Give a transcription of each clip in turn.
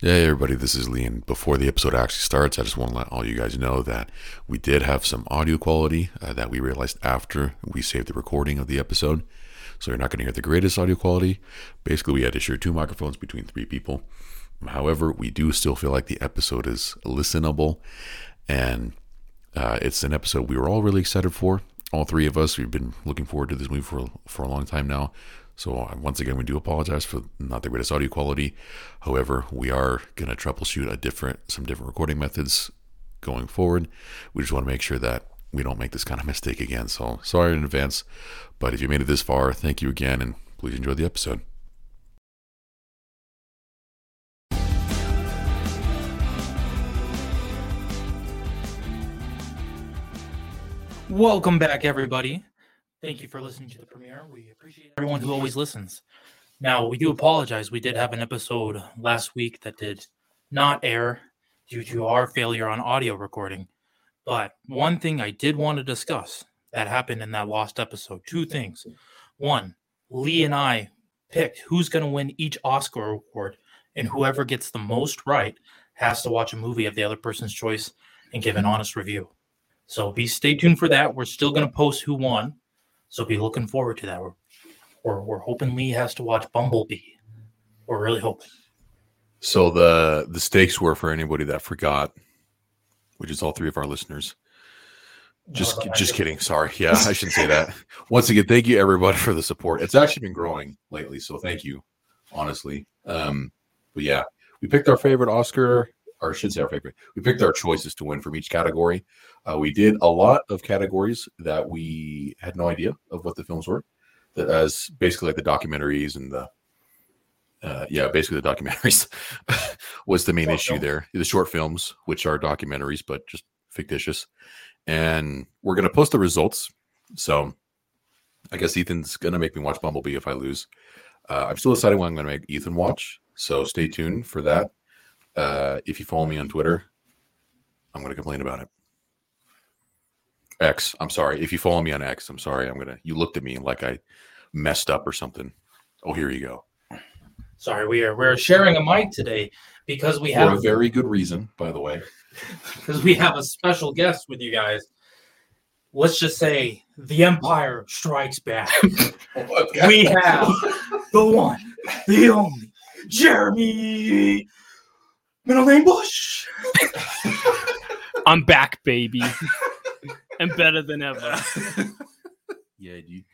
Hey everybody, this is Lee, and before the episode actually starts, I just want to let all you guys know that we did have some audio quality uh, that we realized after we saved the recording of the episode. So you're not going to hear the greatest audio quality. Basically, we had to share two microphones between three people. However, we do still feel like the episode is listenable, and uh, it's an episode we were all really excited for. All three of us, we've been looking forward to this movie for for a long time now. So uh, once again, we do apologize for not the greatest audio quality. However, we are going to troubleshoot a different, some different recording methods going forward. We just want to make sure that we don't make this kind of mistake again. So sorry in advance, but if you made it this far, thank you again, and please enjoy the episode. Welcome back, everybody. Thank you for listening to the premiere. We appreciate everyone who always listens. Now, we do apologize. We did have an episode last week that did not air due to our failure on audio recording. But one thing I did want to discuss that happened in that lost episode two things. One, Lee and I picked who's going to win each Oscar award, and whoever gets the most right has to watch a movie of the other person's choice and give an honest review. So be stay tuned for that. We're still going to post who won. So be looking forward to that. We're, we're, we're hoping Lee has to watch Bumblebee. We're really hoping. So the the stakes were for anybody that forgot, which is all three of our listeners. Just No, I just didn't. kidding. Sorry. Yeah, I shouldn't say that. Once again, thank you everybody for the support. It's actually been growing lately, so thank you, honestly. Um, but yeah, we picked our favorite Oscar, or I should say our favorite. We picked our choices to win from each category. Uh, we did a lot of categories that we had no idea of what the films were. That as basically like the documentaries and the uh, yeah, basically the documentaries was the main Short issue films. there. The short films, which are documentaries but just fictitious, and we're gonna post the results. So, I guess Ethan's gonna make me watch Bumblebee if I lose. Uh, I'm still deciding what I'm gonna make Ethan watch. So stay tuned for that. Uh, if you follow me on Twitter, I'm gonna complain about it. X, I'm sorry. If you follow me on X, I'm sorry. I'm gonna. You looked at me like I messed up or something. Oh, here you go. Sorry, we are we're sharing a mic today because we have For a very good reason, by the way. because we have a special guest with you guys. Let's just say the Empire Strikes Back. we have the one, the only, Jeremy middle name Bush. I'm back, baby. and better than ever. Yeah, dude.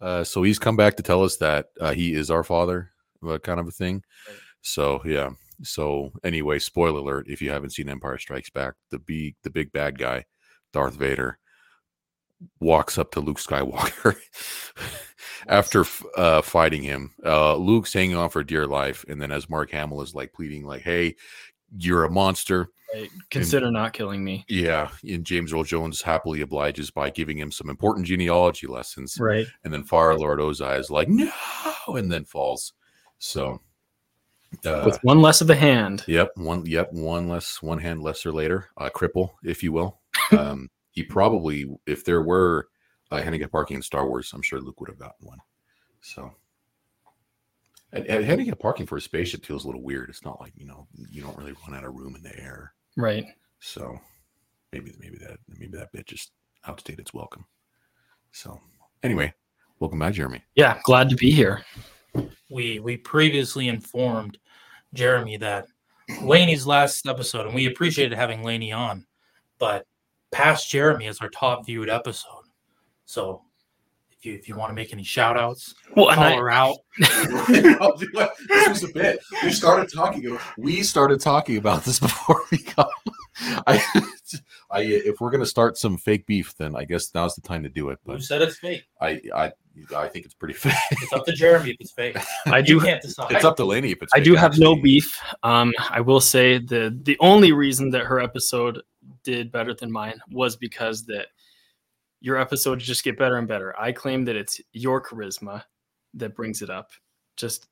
Uh, so he's come back to tell us that uh, he is our father, uh, kind of a thing. So yeah. So anyway, spoiler alert: if you haven't seen Empire Strikes Back, the big the big bad guy, Darth Vader, walks up to Luke Skywalker after f- uh, fighting him. Uh, Luke's hanging on for dear life, and then as Mark Hamill is like pleading, like, "Hey, you're a monster. Consider not killing me. Yeah, and James Earl Jones happily obliges by giving him some important genealogy lessons, Right. and then Fire Lord Ozai is like, "No!" and then falls. So, uh, With one less of a hand. yep, one, yep, one less, one hand lesser later, uh, cripple, if you will. Um, he probably, if there were uh, handicap parking in Star Wars, I'm sure Luke would have gotten one. So, and, and handicap parking for a spaceship feels a little weird. It's not like you know you don't really run out of room in the air. Right. So maybe maybe that maybe that bit just outstayed its welcome. So anyway, welcome back, Jeremy. Yeah. Glad to be here. we we previously informed Jeremy that Laney's last episode, and we appreciated having Laney on, but past Jeremy is our top viewed episode. So if you if you want to make any shout outs, Well, call and I, her out. this was a bit. We started talking. We started talking about this before we got. I, I, if we're gonna start some fake beef, then I guess now's the time to do it. Who But said it's fake? I, I, I think it's pretty fake. It's up to Jeremy if it's fake. I You do. can't decide. It's up to Laney if it's. I fake, do have no actually. beef. Um, I will say the the only reason that her episode did better than mine was because that your episodes just get better and better. I claim that it's your charisma that brings it up. Just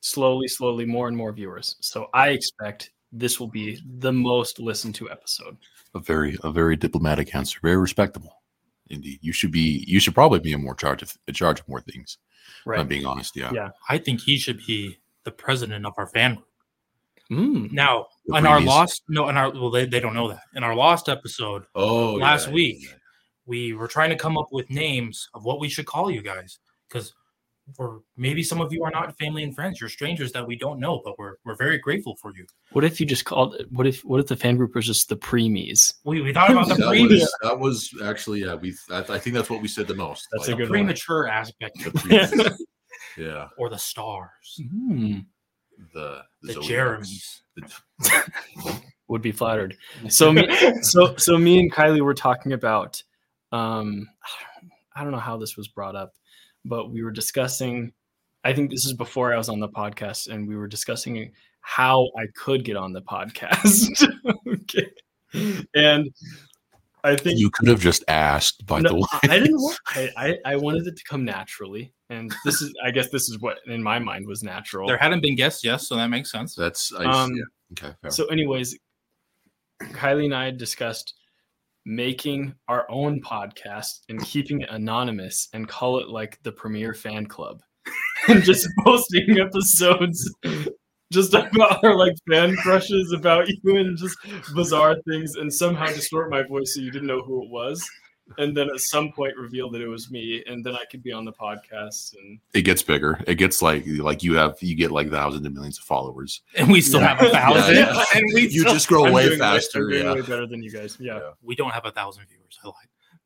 slowly, slowly, more and more viewers. So I expect this will be the most listened to episode. A very, a very diplomatic answer. Very respectable. Indeed, you should be. You should probably be in more charge of in charge of more things. if I'm being honest. Yeah. Yeah. I think he should be the president of our fan group. Mm. Now, The on our Breeze. lost, no, on our well, they, they don't know that. In our lost episode, Oh, Last week. we were trying to come up with names of what we should call you guys because or maybe some of you are not family and friends you're strangers that we don't know but we're, we're very grateful for you What if you just called it? What if what if the fan group was just the preemies? we, we thought about the That pre- was, that was actually yeah. We I, I think that's what we said the most. That's a good one. premature aspect the Breeze. yeah, or the stars Mm. the the Zodiacs. jeremies Would be flattered. So me, so so me and Kylie were talking about. Um, I don't know how this was brought up, but we were discussing. I think this is before I was on the podcast, and we were discussing how I could get on the podcast. okay, and I think You could have just asked by No, the way. I didn't want. I, I, I wanted it to come naturally, and this is. I guess this is what in my mind was natural. there hadn't been guests yes so that makes sense That's I, Um, yeah. okay. Fair. So, anyways, Kylie and I discussed making our own podcast and keeping it anonymous and call it like the Premier Fan Club, and just posting episodes. Just about our like fan crushes about you and just bizarre things, and somehow distort my voice so you didn't know who it was, and then at some point reveal that it was me, and then I could be on the podcast. And it gets bigger. It gets like like you have you get like thousands and millions of followers. and we still have a thousand Yeah, yeah. and we You still- just grow I'm way doing way- I'm faster. doing yeah. way better than you guys. Yeah, Yeah. we don't have a thousand viewers i lied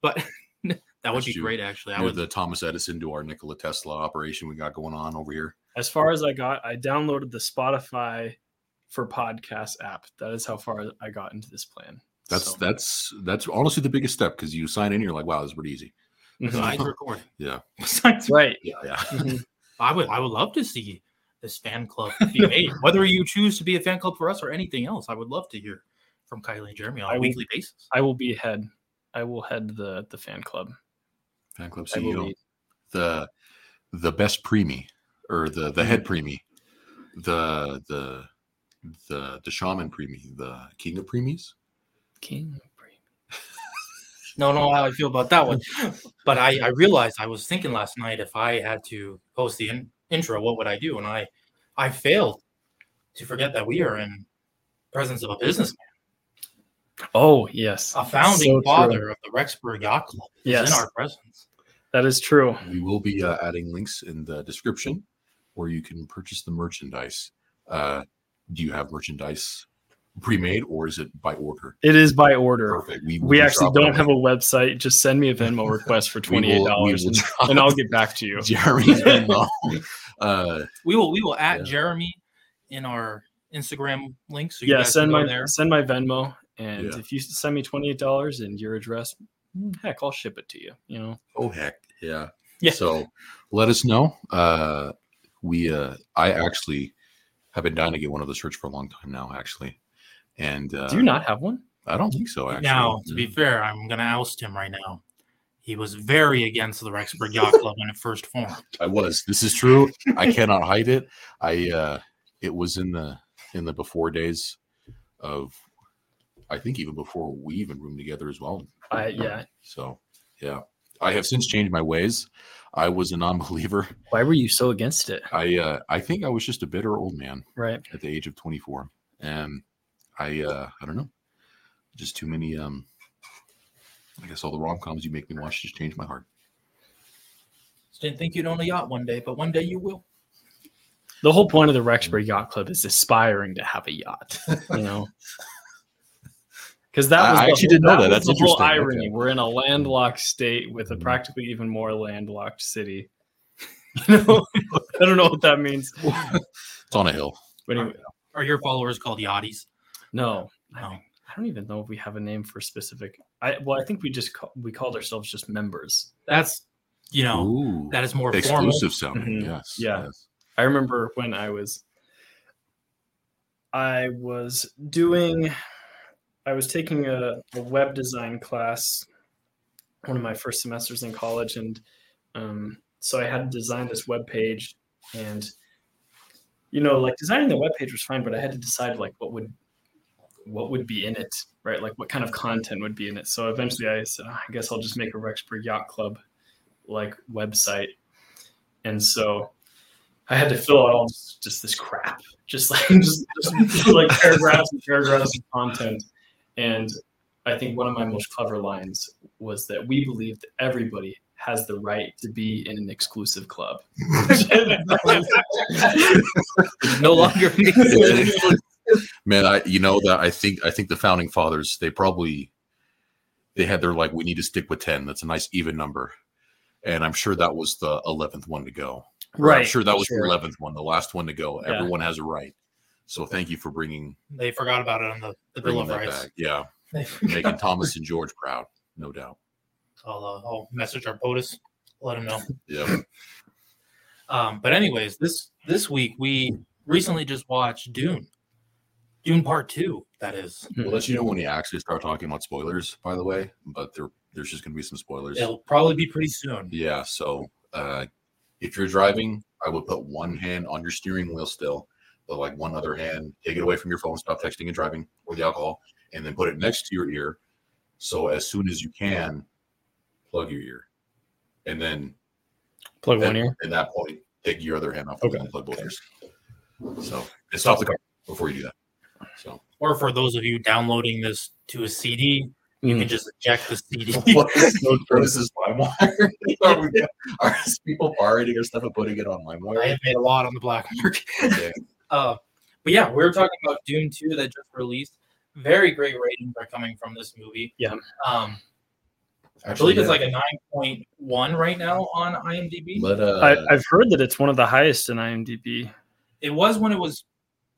but that would That's be you. great actually i You're would the Thomas Edison to our Nikola Tesla operation we got going on over here. as far as I got, I downloaded the Spotify for podcast app. That is how far I got into this plan. That's So- that's that's honestly the biggest step because you sign in, you're like, wow, this is pretty easy. Mhm. Besides recording Yeah. Besides- right. Yeah, yeah. Mm-hmm. I would I would love to see this fan club be made. Whether you choose to be a fan club for us or anything else, I would love to hear from Kylie and Jeremy on I a will- weekly basis. I will be head. I will head the the fan club. Fan club E I will CEO. be- The the best preemie or the the head Mm-hmm. preemie. The the the the shaman preemie, the king of preemies. king. of pre- No, no, how I feel about that one. But I, I realized I was thinking last night if I had to post the in- intro, what would I do? And I I failed to forget that we are in presence of a businessman, Oh yes, a founding So true. father of the Rexburg Yacht Club is Yes. in our presence. That is true. We will be uh, adding links in the description where you can purchase the merchandise. Uh, do you have merchandise pre-made or is it by order? It is by order. Perfect. We, will We be actually dropping don't a have a link. website. Just send me a Venmo request for We will- twenty we eight will dollars, and, drop and I'll get back to you. Jeremy's Venmo. uh, We will we will add Yeah. Jeremy in our Instagram link. So you yeah, guys can send go my there. send my Venmo, and Yeah. if you send me twenty eight dollars and your address, mm, heck, I'll ship it to you. You know. oh heck, yeah. Yeah. So let us know. Uh, we uh, I actually have been dying to get one of the shirts for a long time now, actually. And uh, Do you not have one? I don't think so. Actually, Now, to be fair, I'm going to oust him right now. He was very against the Rexburg Yacht Club when it first formed. I was. This is true. I cannot hide it. I uh it was in the in the before days of I think even before we even roomed together as well. I yeah. So yeah. I have since changed my ways. I was a non-believer. Why were you so against it? I uh I think I was just a bitter old man Right. at the age of 24. And I uh I don't know. Just too many um I guess all the rom-coms you make me watch just changed my heart. Didn't think you'd own a yacht one day, but one day you will. The whole point of the Rexburg Yacht Club is aspiring to have a yacht. You know. Because that I- was I the actually whole- didn't know that. was That's the whole interesting. irony. Okay. Mm. We're in a landlocked state with a practically even more landlocked city. You know, I don't know what that means. It's on a hill. But anyway, Are your followers called yachties? no, No. I don't even know if we have a name for specific. I well, I think we just call, we called ourselves just members. That's, you know, Ooh. that is more formal. exclusive sounding. Mhm. Yes. Yeah. yes. I remember when I was I was doing I was taking a, a web design class one of my first semesters in college and um, so I had to design this web page and you know like designing the web page was fine but I had to decide like what would what would be in it right like what kind of content would be in it so eventually I said "Ah, I guess I'll just make a Rexburg Yacht Club like website and so I had to fill out all this, just this crap, just like just, just like paragraphs and paragraphs of content. And I think one of my most clever lines was that we believe that everybody has the right to be in an exclusive club. no longer makes sense. Man, I you know that I think I think the founding fathers they probably they had their like we need to stick with ten. That's a nice even number, and I'm sure that was the eleventh one to go. Or I'm right. sure that was sure. the eleventh one, the last one to go. Yeah. Everyone has a right. So thank you for bringing They forgot about it on the, the Bill bringing of that Rights. back. Yeah, They forgot. making Thomas and George proud, no doubt. I'll, uh, I'll message our POTUS, let him know. Yeah, Um, but anyways, this this week we recently just watched Dune, Dune Part Two. That is, we'll Hmm. let you know when we actually start talking about spoilers. By the way, but there there's just gonna be some spoilers. it'll probably be pretty soon. Yeah. So uh, if you're driving, I would put one hand on your steering wheel still, but like one other hand, take it away from your phone, stop texting and driving or the alcohol, and then put it next to your ear. So as soon as you can, plug your ear. And then Plug at, one ear. at that point, take your other hand off Okay. and plug both ears. So and stop the car before you do that. So Or for those of you downloading this to a CD, you Hmm. can just eject the CD. what is, what is this LimeWire? are, we, are people pirating our stuff and putting it on I LimeWire? have made a lot on the black market. Okay. Uh, but yeah, we were talking about Dune 2 that just released. Very great ratings are coming from this movie. Yeah. Um, I Actually, believe it's yeah. like a 9.1 right now on IMDb. Let, uh, I, I've heard that it's one of the highest in IMDb. It was when it was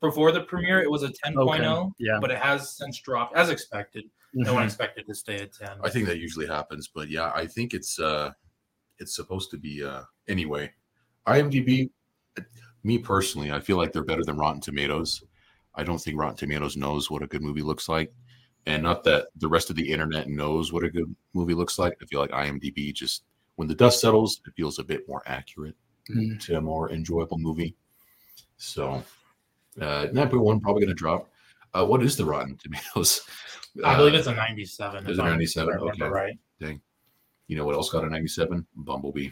before the premiere, it was a 10.0, Yeah. Mm-hmm. but it has since dropped as expected. No one expected to stay at 10. I think that usually happens, but yeah, I think it's uh it's supposed to be uh anyway. IMDb me personally, I feel like they're better than Rotten Tomatoes. I don't think Rotten Tomatoes knows what a good movie looks like. And not that the rest of the internet knows what a good movie looks like. I feel like IMDb just when the dust settles, it feels a bit more accurate Mm-hmm. Mhm. to a more enjoyable movie. So uh 9.1 probably gonna drop. Uh what is the Rotten Tomatoes? I believe Uh, it's a Is 97. if it I'm- 97? if I remember Okay. Right. You know what else got a 97? Bumblebee.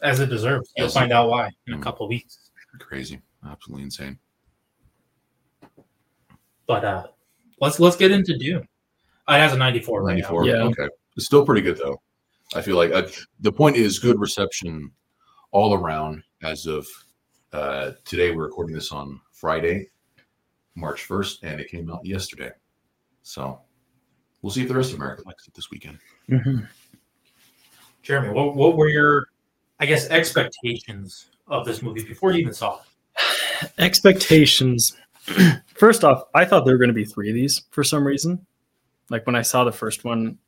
As it deserves. You'll As it- find out why in a Mm. couple weeks. Crazy. Absolutely insane. But uh, let's let's get into Dune. Uh, It has a 94 right 94. now. Yeah. Okay. It's still pretty good, though. I feel like uh, the point is good reception all around as of uh, today. We're recording this on Friday, March 1st, and it came out yesterday. So we'll see if the rest of America likes it this weekend. Mhm. Jeremy, what, what were your, I guess, expectations of this movie before you even saw it? Expectations. first off, I thought there were going to be three of these for some reason. Like when I saw the first one,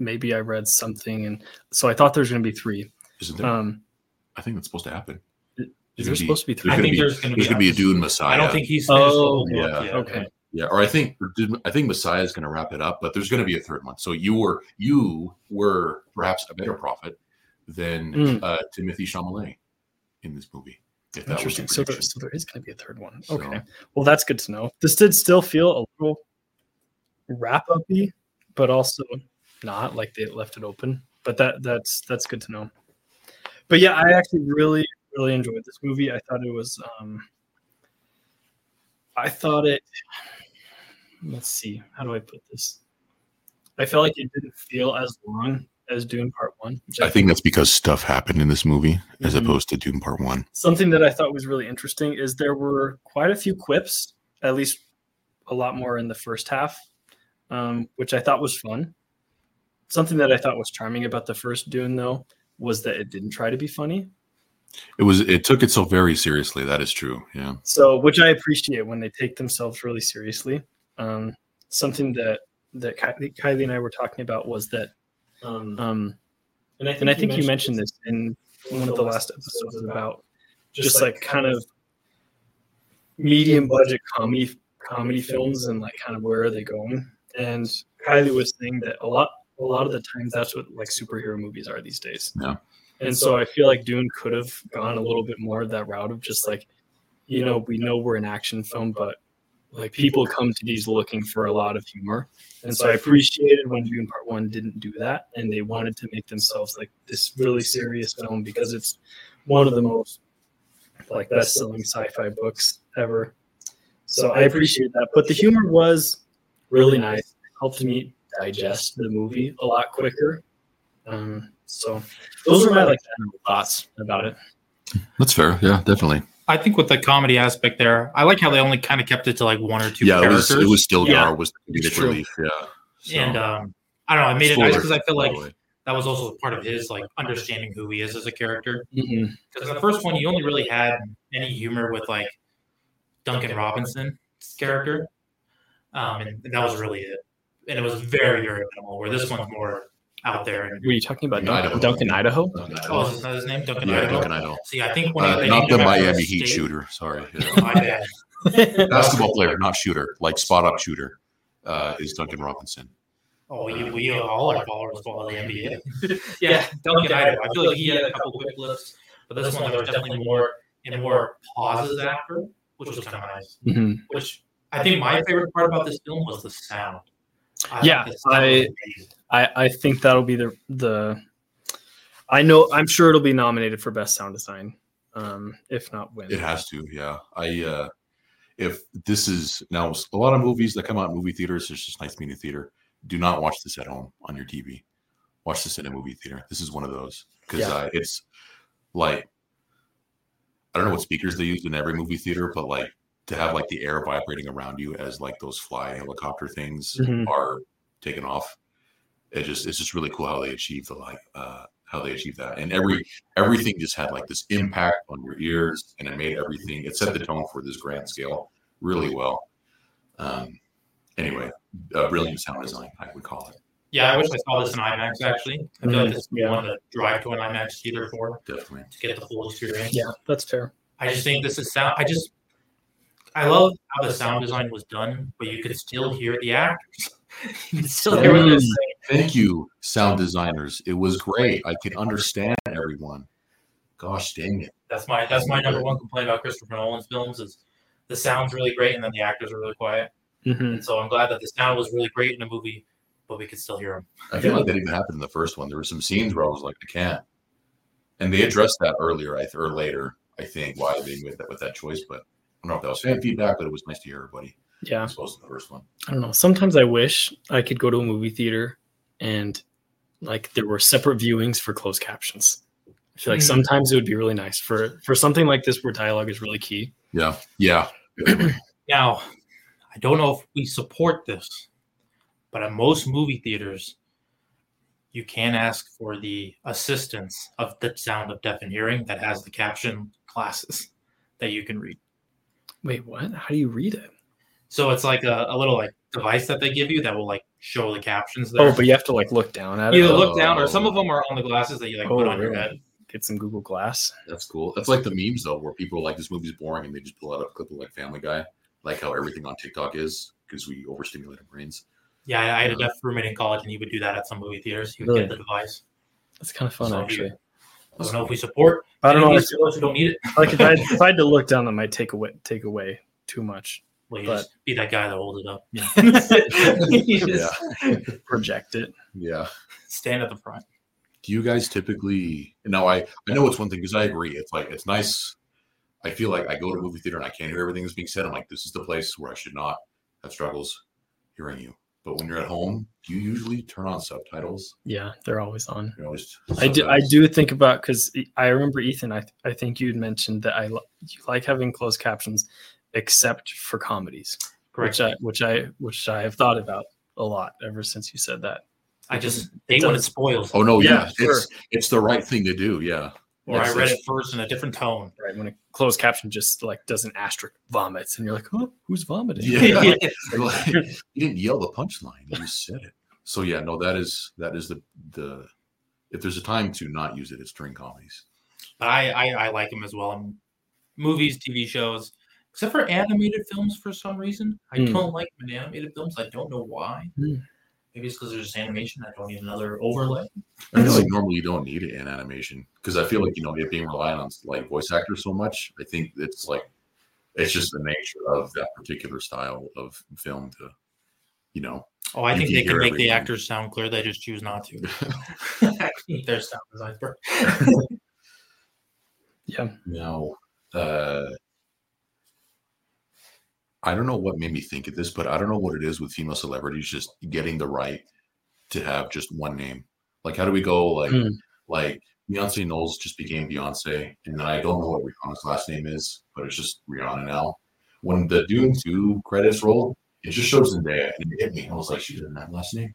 maybe I read something, and so I thought there was going to be three. Isn't there? Um, I think that's supposed to happen. is There's gonna there be- supposed to be There's I three? gonna think be- there's going to be. There's going to be a Dune Messiah. I don't think he's. finished the Oh, whole book yeah, yet. Okay. Yeah, or I think or did, I think Messiah is going to wrap it up, but there's going to be a third one. So you were you were perhaps a better prophet than Hmm. Mm. uh, Timothy Chalamet in this movie. If that was your Interesting. So there, prediction. so there is going to be a third one. So- okay. Well, that's good to know. This did still feel a little wrap up y, but also not like they left it open. But that that's that's good to know. But yeah, I actually really really enjoyed this movie. I thought it was. um I thought it. Let's see. How do I put this? I felt like it didn't feel as long as Dune Part One. Which I think that's because stuff happened in this movie as Mhm. Mm-hmm. opposed to Doom Part One. something that I thought was really interesting is there were quite a few quips, at least a lot more in the first half, um, which I thought was fun. Something that I thought was charming about the first Dune, though, was that it didn't try to be funny. It was it took itself very seriously. That is true. Yeah, So, which I appreciate when they take themselves really seriously. Um, something that that Kylie, Kylie and I were talking about was that, Um, um, and I think, and I think you mentioned this in one of the last episodes about just, like, kind of medium budget comedy comedy films and like kind of where are they going and kylie was saying that a lot a lot of the times that's what like superhero movies are these days Yeah. and so i feel like dune could have gone a little bit more that route of just like you know we know we're an action film but like people come to these looking for a lot of humor and so i appreciated when dune part one didn't do that and they wanted to make themselves like this really serious film because it's one of the most like best selling sci fi books ever. So I appreciate that. But the humor was really nice. It helped me digest the movie a lot quicker. Um, so those are my like general thoughts about it. That's fair. Yeah, definitely. I think with the comedy aspect there, I like how they only kind of kept it to like one or two yeah, it was characters. it was Stilgar Yeah. was the It's comedic true. relief. Yeah. So- and um, I don't know. I made it nice Spoiler, because I feel by like the way. that was also part of his like understanding who he is as a character. Mm-hmm. Because the first one, you only really had any humor with like Duncan Robinson's character, um, and that was really it. And it was very very minimal. Where this one's more out there. And, Were you talking about Duncan Idaho. Idaho? Duncan, Idaho? oh, is that his name? Duncan. yeah, Idaho? Duncan Idaho. See, I think when Uh, they not named the him after Miami a Heat state- shooter. Sorry. Yeah. My bad. Basketball player, not shooter, like spot up shooter, uh, is Duncan Robinson. Oh, you, we all our followers follow the NBA. yeah, Duncan Idaho. I feel like he had a couple quick blips, but this one there was definitely more and more pauses after, which was kind of nice. hmm Which I think my favorite part about this film was the sound. I Yeah, thought the sound I- was amazing. I, I think that'll be the the I know I'm sure it'll be nominated for best sound design. Um, if not win. It has to, yeah. I uh if this is now a lot of movies that come out in movie theaters, it's just nice meeting theater. Do not watch this at home on your TV. Watch this in a movie theater. This is one of those because Yeah. uh, it's like I don't know what speakers they used in every movie theater, but like to have like the air vibrating around you as like those fly helicopter things Mhm. are taken off. It just it's just really cool how they achieve the like uh how they achieve that. And every everything just had like this impact on your ears and it made everything it set the tone for this grand scale really well. Um anyway, uh, brilliant sound design, I would call it. yeah, I wish I saw this in IMAX actually. I feel like this would be Yeah. one to drive to an IMAX theater for Definitely. to get the full experience. Yeah, that's fair. I just think this is sound. I just, I love how the sound design was done, but you could still hear the actors. you could still hear Mm. what they're saying. Thank you, sound designers. It was great. I could understand everyone. Gosh dang it. That's my that's my number one complaint about Christopher Nolan's films is the sound's really great and then the actors are really quiet. hmm And so I'm glad that the sound was really great in the movie, but we could still hear them. I feel like that even happened in the first one. There were some scenes where I was like, I can't. And they addressed that earlier, I th- or later, I think, why they made that with that choice. But I don't know if that was fan feedback, but it was nice to hear everybody. Yeah. As opposed to the first one. I don't know. Sometimes I wish I could go to a movie theater and like there were separate viewings for closed captions. I feel like Hmm. sometimes it would be really nice for for something like this where dialogue is really key. Yeah. Yeah. Now, I don't know if we support this, but at most movie theaters, you can ask for the assistance of the sound of deaf and hearing that has the caption classes that you can read. Wait, what? How do you read it? So it's like a, a little like device that they give you that will like show the captions there. Oh, but you have to like look down at you it. look down, or some of them are on the glasses that you like put Oh, on your really? head. Get some Google Glass. That's cool. That's like the memes though, where people are like, "This movie's boring," and they just pull out a clip of like Family Guy, like how everything on TikTok is because we overstimulate our brains. Yeah, I I had a deaf roommate in college, and he would do that at some movie theaters. He would Really? get the device. That's kind of fun, So you- actually. I don't know if we support. I don't know. If Like, you support, you don't need it. like if, I, if I had to look down, that might take away take away too much. Well, you But- just be that guy that holds it up. Yeah. You Yeah, just project it. yeah. Stand at the front. Do you guys typically? No, I I know it's one thing because I agree. It's like it's nice. I feel like I go to a movie theater and I can't hear everything that's being said. I'm like, this is the place where I should not have struggles hearing you. But when you're at home, do you usually turn on subtitles? Yeah, they're always on. You're always I do. I subtitles. do think about because I remember Ethan. I I think you'd mentioned that I li- you like having closed captions, except for comedies, Correct. which I which I which I have thought about a lot ever since you said that. I just hate when it spoils. Oh no, yeah, Yeah, it's it's the right thing to do. Yeah, Or I It's- read it's- it first in a different tone. Right when a closed caption just like does an asterisk vomits, and you're like, oh, who's vomiting? Yeah. Like, you didn't yell the punchline; you just said it. So yeah, no, that is that is the the if there's a time to not use it, it's during comedies. But I, I I like them as well in movies, TV shows, except for animated films for some reason. I Hmm. don't like them in animated films. I don't know why. Hmm. Maybe it's because there's animation. I don't need another overlay. I feel like normally you don't need it in animation because I feel like you know it being reliant on like voice actors so much. I think it's like it's just the nature of that particular style of film to you know Oh, I You think can they can hear make everything. the actors sound clear. They just choose not to. Their sound design. yeah. now Uh, I don't know what made me think of this, but I don't know what it is with female celebrities just getting the right to have just one name. Like, how do we go like Hmm. like Beyonce Knowles just became Beyonce, and then I don't know what Rihanna's last name is, but it's just Rihanna now. When the Dune Two credits rolled, it just shows Zendaya, and it hit me. I was like, she doesn't have a last name.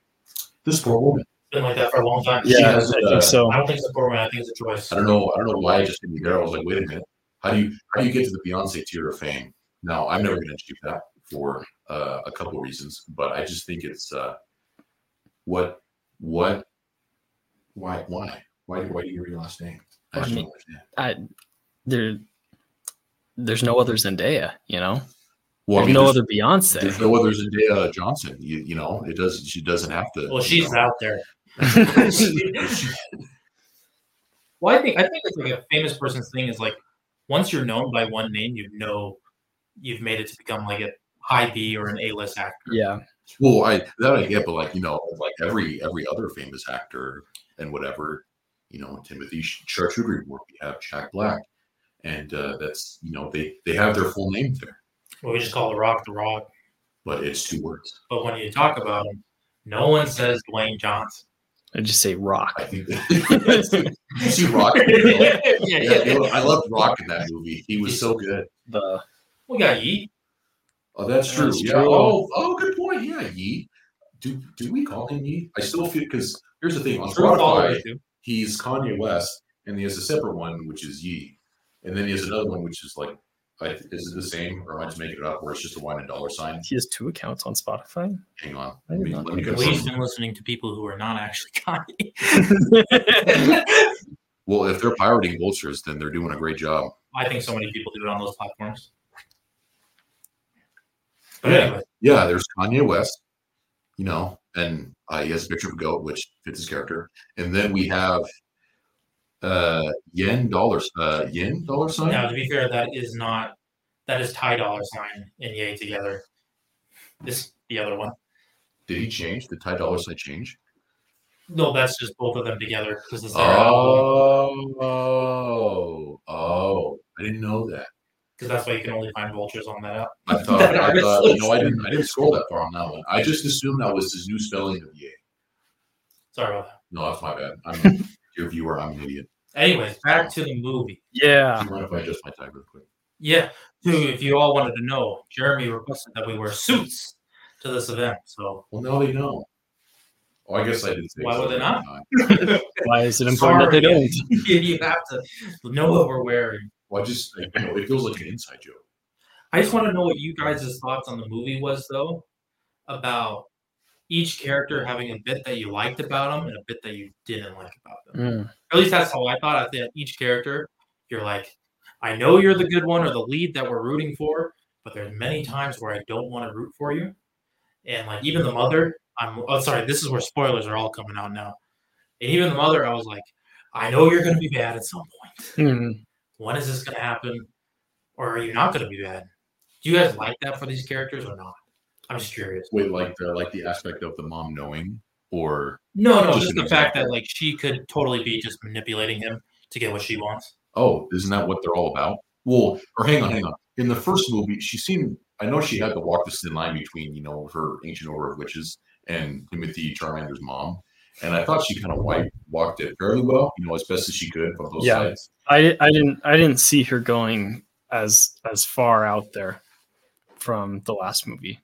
This poor woman. Been like that for a long time. She Yeah, has, I uh, think so. I don't think it's a poor one. I think it's a choice. I don't know. I don't know why it just hit me there. I was like, wait a minute. How do you how do you get to the Beyonce tier of fame? Now I'm never going to achieve that for uh, a couple of reasons, but I just think it's uh, what what why why why do why do you read your last name? I just don't understand. I there there's no other Zendaya, you know? Well, I there's mean, no there's- other Beyonce. There's no other Zendaya Johnson. You, you know, it doesn't. She doesn't have to. Well, she's out there. well, I think I think it's like a famous person's thing is like once you're known by one name, you know you've made it to become like a high B or an A list actor. yeah. Well, I that I get, but like you know, like every every other famous actor and whatever, you know, Timothy Sh- Charcuterie Board, we have Jack Black, and uh, that's you know they they have their full name there, Well, we just call the Rock the Rock. but it's two words. But when you talk about him, no one says Dwayne Johnson. I just say rock. I think that, you see Rock. You know? Yeah, yeah. they were- I loved Rock in that movie. He was so good. The We got Yeet. Oh, that's true. That's yeah. true. Oh, oh, good point. Yeah, Yeet. Do do we call him Yeet? I still feel because here's the thing on True Spotify, followers do. he's Kanye West, and he has a separate one which is Yeet, and then he has another one which is like, I, is it the same or am I just making it up? Where it's just a one and dollar sign? he has two accounts on Spotify. Hang on, I let did me, not let me think of confirm. Please been listening to people who are not actually Kanye. Well, if they're pirating vultures, then they're doing a great job. I think so many people do it on those platforms. But Yeah. anyway, Yeah, there's Kanye West, you know, and uh, he has a picture of a goat, which fits his character. And then we have uh yen dollars uh yen dollar sign now to be fair, that is not that is Thai dollar sign and yay together. This the other one. did he change did thai dollar sign change No, that's just both of them together because it's their album. oh oh i didn't know that Because that's why you can only find vultures on that app. i thought i thought you know i didn't i didn't scroll that far on that one i just assumed that was his new spelling of yay Sorry about that. no that's my bad i'm your viewer i'm an idiot Anyways, back to the movie. do Ah. Yeah. you mind if i adjust my time real quick Yeah, dude. If you all wanted to know, Jeremy requested that we wear suits to this event. So well now they know oh i guess i did say Why would they not? Why is it important that they Sorry. don't? you have to know what we're wearing. well i just you know, it feels like an inside joke I just want to know what you guys' thoughts on the movie was though, about each character having a bit that you liked about them and a bit that you didn't like about them. Mm. Or at least that's how I thought. I think each character, you're like, I know you're the good one or the lead that we're rooting for, but there's many times where I don't want to root for you. And like even the mother, I'm oh sorry, this is where spoilers are all coming out now. And even the mother, I was like, I know you're gonna be bad at some point Mm. when is this going to happen or are you not going to be bad do you guys like that for these characters or not i'm just curious Wait, like the like the aspect of the mom knowing, or no no Just just an the fact example. that like she could totally be just manipulating him to get what she wants oh, isn't that what they're all about? Well, or hang on, hang on. In the first movie, she seemed. I know she had to walk this thin line between you know her ancient order of witches and Timothy Charmander's mom, and I thought she kind of white walked it fairly well, you know, as best as she could from those Mm-hmm. Yeah. sides. I I didn't I didn't see her going as as far out there from the last movie.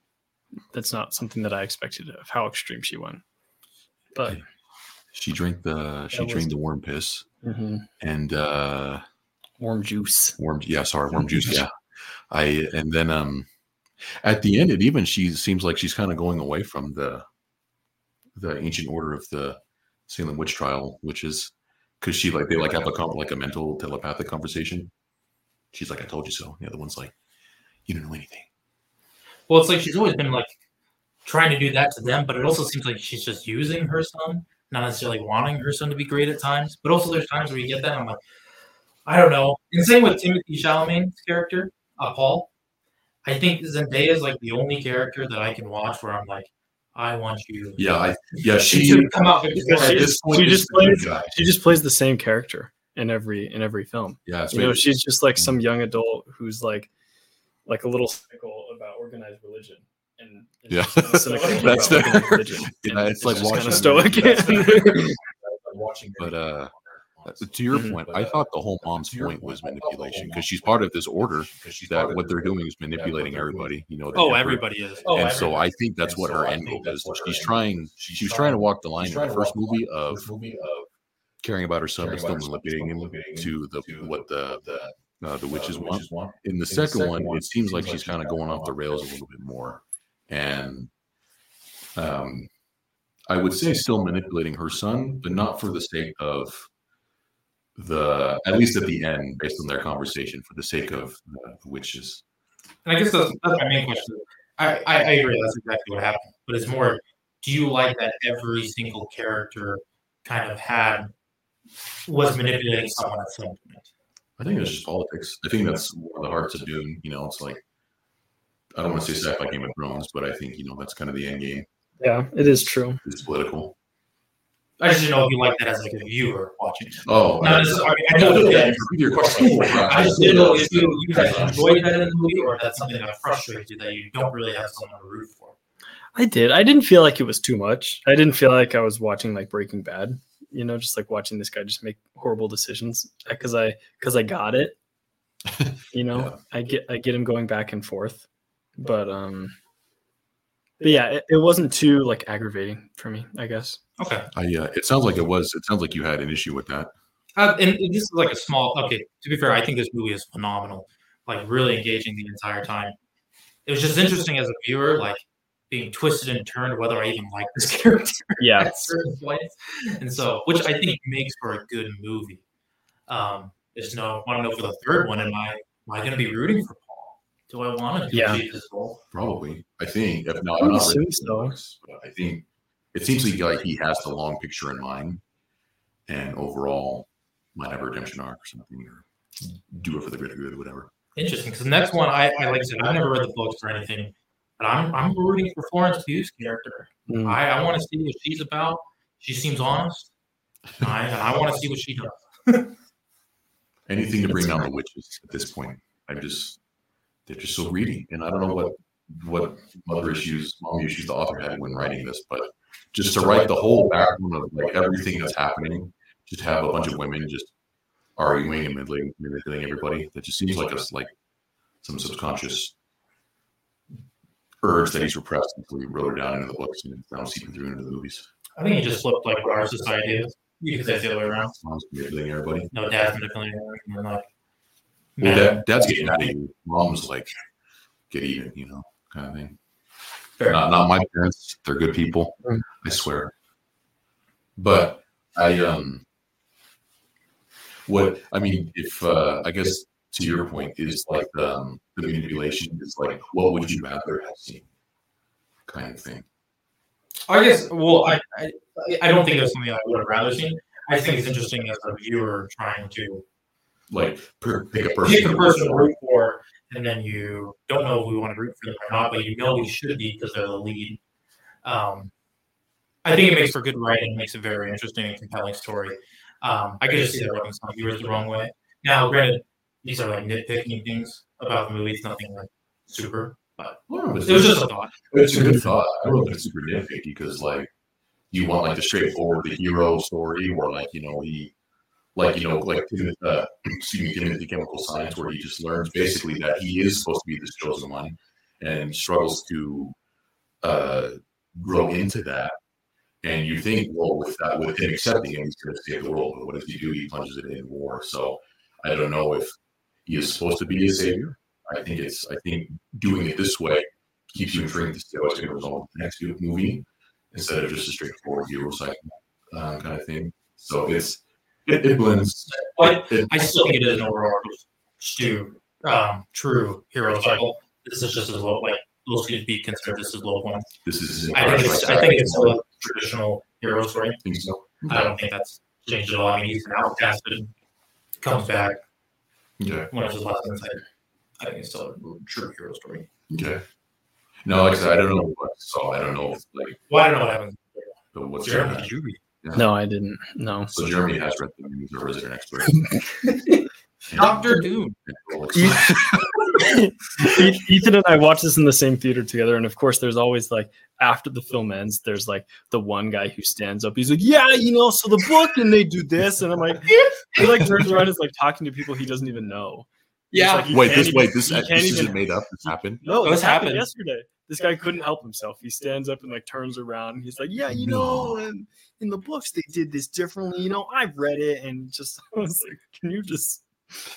That's not something that I expected of how extreme she went. But She drank the she That was- drank the warm piss mhm, and uh warm juice. warm yeah sorry warm juice yeah I and then um at the end it even she seems like she's kind of going away from the the ancient order of the Salem witch trial which is because she like they like have a con- like a mental telepathic conversation she's like I told you so the other one's like you don't know anything well it's like she's always been like trying to do that to them but it also seems like she's just using her son not necessarily wanting her son to be great at times but also there's times where you get that and i'm like i don't know and same with timothy chalamet's character uh, paul i think zendaya is like the only character that i can watch where i'm like i want you yeah I yeah She she should come out victorious. at this point she is just the good plays- guy. She just plays the same character. in every in every film. Yeah, it's You know, made, she's just like some young adult who's like like a little cynical about organized religion. And and Yeah. just kinda cynical That's about fair. organized religion. Yeah, And it's like just kinda watching- stoic. That's watching But, uh, to to your Mhm. point, I thought the whole mom's Mm-hmm. point was manipulation because she's part of this order that what they're doing is manipulating everybody. You know, the Oh, emperor. everybody is. Oh, and so I everybody. think that's And what so her I end think goal that's is. what her She's end trying. She's She was trying to walk the line She's in trying the to first walk the movie line in of the first movie of caring about her son, but caring still about her son, but still manipulating him manipulating him to the to what the uh, the witches which want. is one. In the second one, it seems like she's kind of going off the rails a little bit more, and um, I would say still manipulating her son, but not for the sake of the at least at the end, based on their conversation, for the sake of the witches. And I guess that's, that's my main question. I, I, I agree. That's exactly what happened. But it's more, do you like that every single character kind of had was manipulating someone at some point? I think it's just politics. I think that's one of the hearts of Dune. You know, it's like I don't want to say sci-fi Game of Thrones, but I think you know that's kind of the end game. yeah, it is true. It's political. I just didn't know if you liked that as like a viewer watching. it. Oh, Not as, I, mean, I know that. Repeat your question. Oh, I just didn't know if you, you guys enjoyed that in the movie or if that's something that frustrated you that you don't really have someone to root for. I did. I didn't feel like it was too much. I didn't feel like I was watching like Breaking Bad. You know, just like watching this guy just make horrible decisions because I because I got it. You know, Yeah. I get I get him going back and forth, but um, but yeah, it, it wasn't too like aggravating for me. I guess. Okay. I, uh, it sounds like it was. It sounds like you had an issue with that. Uh, and this is like a small. Okay, to be fair, I think this movie is phenomenal. Like really engaging the entire time. It was just interesting as a viewer, like being twisted and turned whether I even like this character Yeah, at certain points. And so, which I think makes for a good movie. Um, is no, want to know for the third one, am I am I going to be rooting for Paul? Do I want to Yeah. achieve this goal? Probably. I think. If not, I would not assume really, so. but I think it seems like, like he has the long picture in mind, and overall might have a redemption arc or something, or do it for the greater good or whatever. Interesting, because the next one, I, I like I said, I've never read the books or anything, but I'm I'm rooting for Florence Pugh's character. Mm. I, I want to see what she's about. She seems honest. I, and I want to see what she does. Anything to bring down the witches at this point. I'm just they're just so greedy, and I don't know what what mother issues, mom issues the author had when writing this, but just to write the whole background of like everything that's happening, just have a bunch of women just arguing and manipulating manipulating everybody. That just seems like a like some subconscious urge that he's repressed until he wrote it down into the books and it's now seeping through into the movies. I think it just looked like what our society is. You can say it's the other way around. Mom's manipulating everybody. No, dad's manipulating her, and then like, Well, man, dad, dad's getting out of you. Mom's like, get even, you know, kind of thing. fair Not, not my parents. They're good people. Mm. I swear. But I um, what I mean, if uh, I guess to your point is like um, the manipulation is like, what would you rather have seen, kind of thing. I guess. Well, I, I I don't think it was something I would have rather seen. I just think it's interesting as a viewer trying to Like per, pick a person. pick a person to root for, and then you don't know if we want to root for them or not, but you know we should be because they're the lead. Um, I think it makes for good writing, makes a very interesting and compelling story. Um, I could just see that rubbing some viewers the wrong way. Now, granted, these are like nitpicking things about the movie. It's nothing like super. Well, It was just a thought. It's a good thought. I don't know if it's super nitpicky because like you want like the straightforward the hero story where like you know he like you know like Tim- uh, excuse me Timothy Chemical Science where he just learns basically that he is supposed to be this chosen one and struggles to uh, grow into that. And you think, well, with that, with him accepting it, he's going to save the world. But what does he do? He plunges it in war. So I don't know if he is supposed to be a savior. I think it's. I think doing it this way keeps you intrigued to see how it's going to resolve in the next few- movie instead of just a straightforward hero cycle um, kind of thing. So it's it, it blends. But It- I still think it is an overall stew, um, true hero cycle. This is just as low, like those could be considered just as low one. this is. I think it's I think it's still a traditional hero story. think so. I don't think that's changed at all. I mean, he's an outcast, but comes back Okay. when it's his last inside. I think it's still a true hero story. Okay. No, like I said, I don't know what. So I don't know if like Well, I don't know what happens. the- what's Jeremy, going did you read? No, I didn't. No. So Germany has read the news or is it an expert? Doctor Doom. E-, Ethan and I watched this in the same theater together, and of course, there's always like after the film ends, there's like the one guy who stands up. He's like, "Yeah, you know, so the book, and they do this," and I'm like, he like turns around, and is like talking to people he doesn't even know. Yeah. It's like, he Wait, can't this even- wait, this he this can't isn't even- made up. This happened. No, This this happened. happened. yesterday. This guy couldn't help himself. He stands up and like turns around. And he's like, "Yeah, you know, in, in the books they did this differently. You know, I've read it, and just I was like, can you just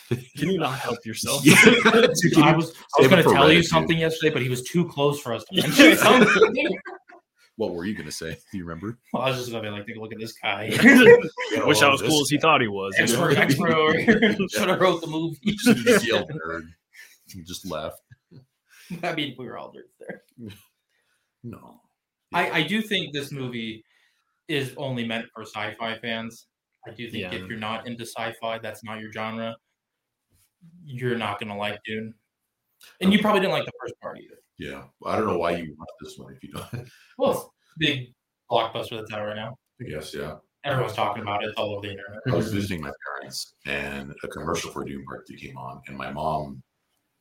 can you not help yourself? Yeah. I was I was Save it going to for tell Reddit, you dude. something yesterday, but he was too close for us to Yeah. mention something. What were you gonna say? Do you remember? Well, I was just going to be like, take a look at this guy. I wish I was cool as he thought he was. you know? expert, expert over here. Should have wrote the movie. You just yelled nerd. You just left. I mean, we were all nerds there. No. I, I do think this movie is only meant for sci-fi fans. I do think Yeah. if you're not into sci-fi, that's not your genre. You're not gonna like Dune, and you probably didn't like the first part either. Yeah. I don't know why you watched this one if you don't. Well, it's a big blockbuster that's out right now. I guess, yeah. Mm-hmm. Everyone's talking about it. It's all over the internet. I was visiting my parents and a commercial for Doom Park that came on, and my mom,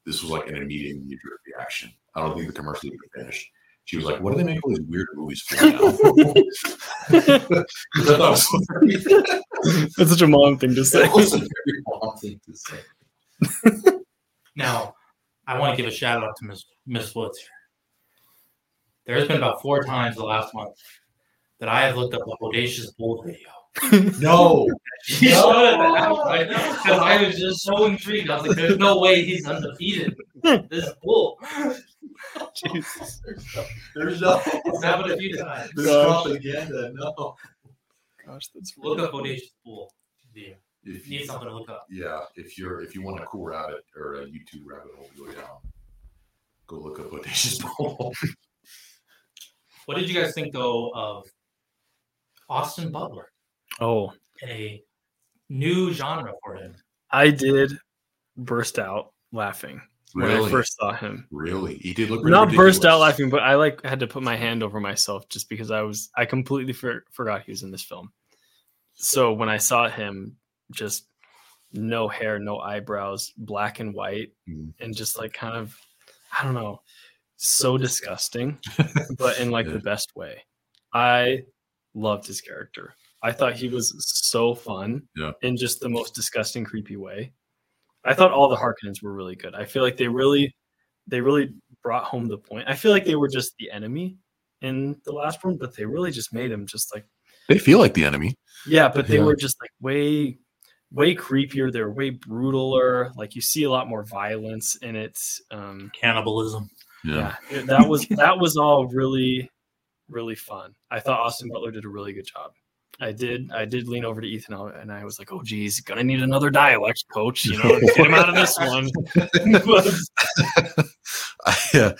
this was like an immediate knee jerk reaction. I don't think the commercial even finished. She was like, What do they make all these weird movies for now? I thought it was- That's such a mom thing to say. That was a very mom thing to say. Now, I want to give a shout out to Miss Miss Woods. here. There's been about four times the last month that I have looked up the Audacious Bull video. No. She showed it that right? Because I was just so intrigued. I was like, there's no way he's undefeated. This bull. Jesus. There's no It's happened a few times. there's propaganda. No. Gosh, that's Look up Audacious Bull. Yeah. If Need you, something to look up. yeah, if you're if you want a cool rabbit or a YouTube rabbit hole to go down, go look up Audacious Bowl. What did you guys think, though, of Austin Butler Oh, in a new genre for him? I did burst out laughing when I Really? first saw him. Really? He did look pretty Not burst out ridiculous. laughing, but I like had to put my hand over myself just because I was I completely for, forgot he was in this film. So when I saw him, just no hair, no eyebrows, black and white, Mhm. and just like kind of I don't know, so disgusting, but in like Yeah. the best way. I loved his character. I thought he was so fun Yeah. in just the most disgusting, creepy way. I thought all the Harkonnens were really good. I feel like they really, they really brought home the point. I feel like they were just the enemy in the last one, but they really just made him just like They feel like the enemy. yeah, but they Yeah. were just like way, way creepier. They're way brutaler. Like you see a lot more violence in it. Um, Cannibalism. yeah, it- that was that was all really, really fun. I thought Austin Butler did a really good job. I did. I did lean over to Ethan and I was like, "Oh, geez, gonna need another dialect coach. You know, get him out of this one." yeah,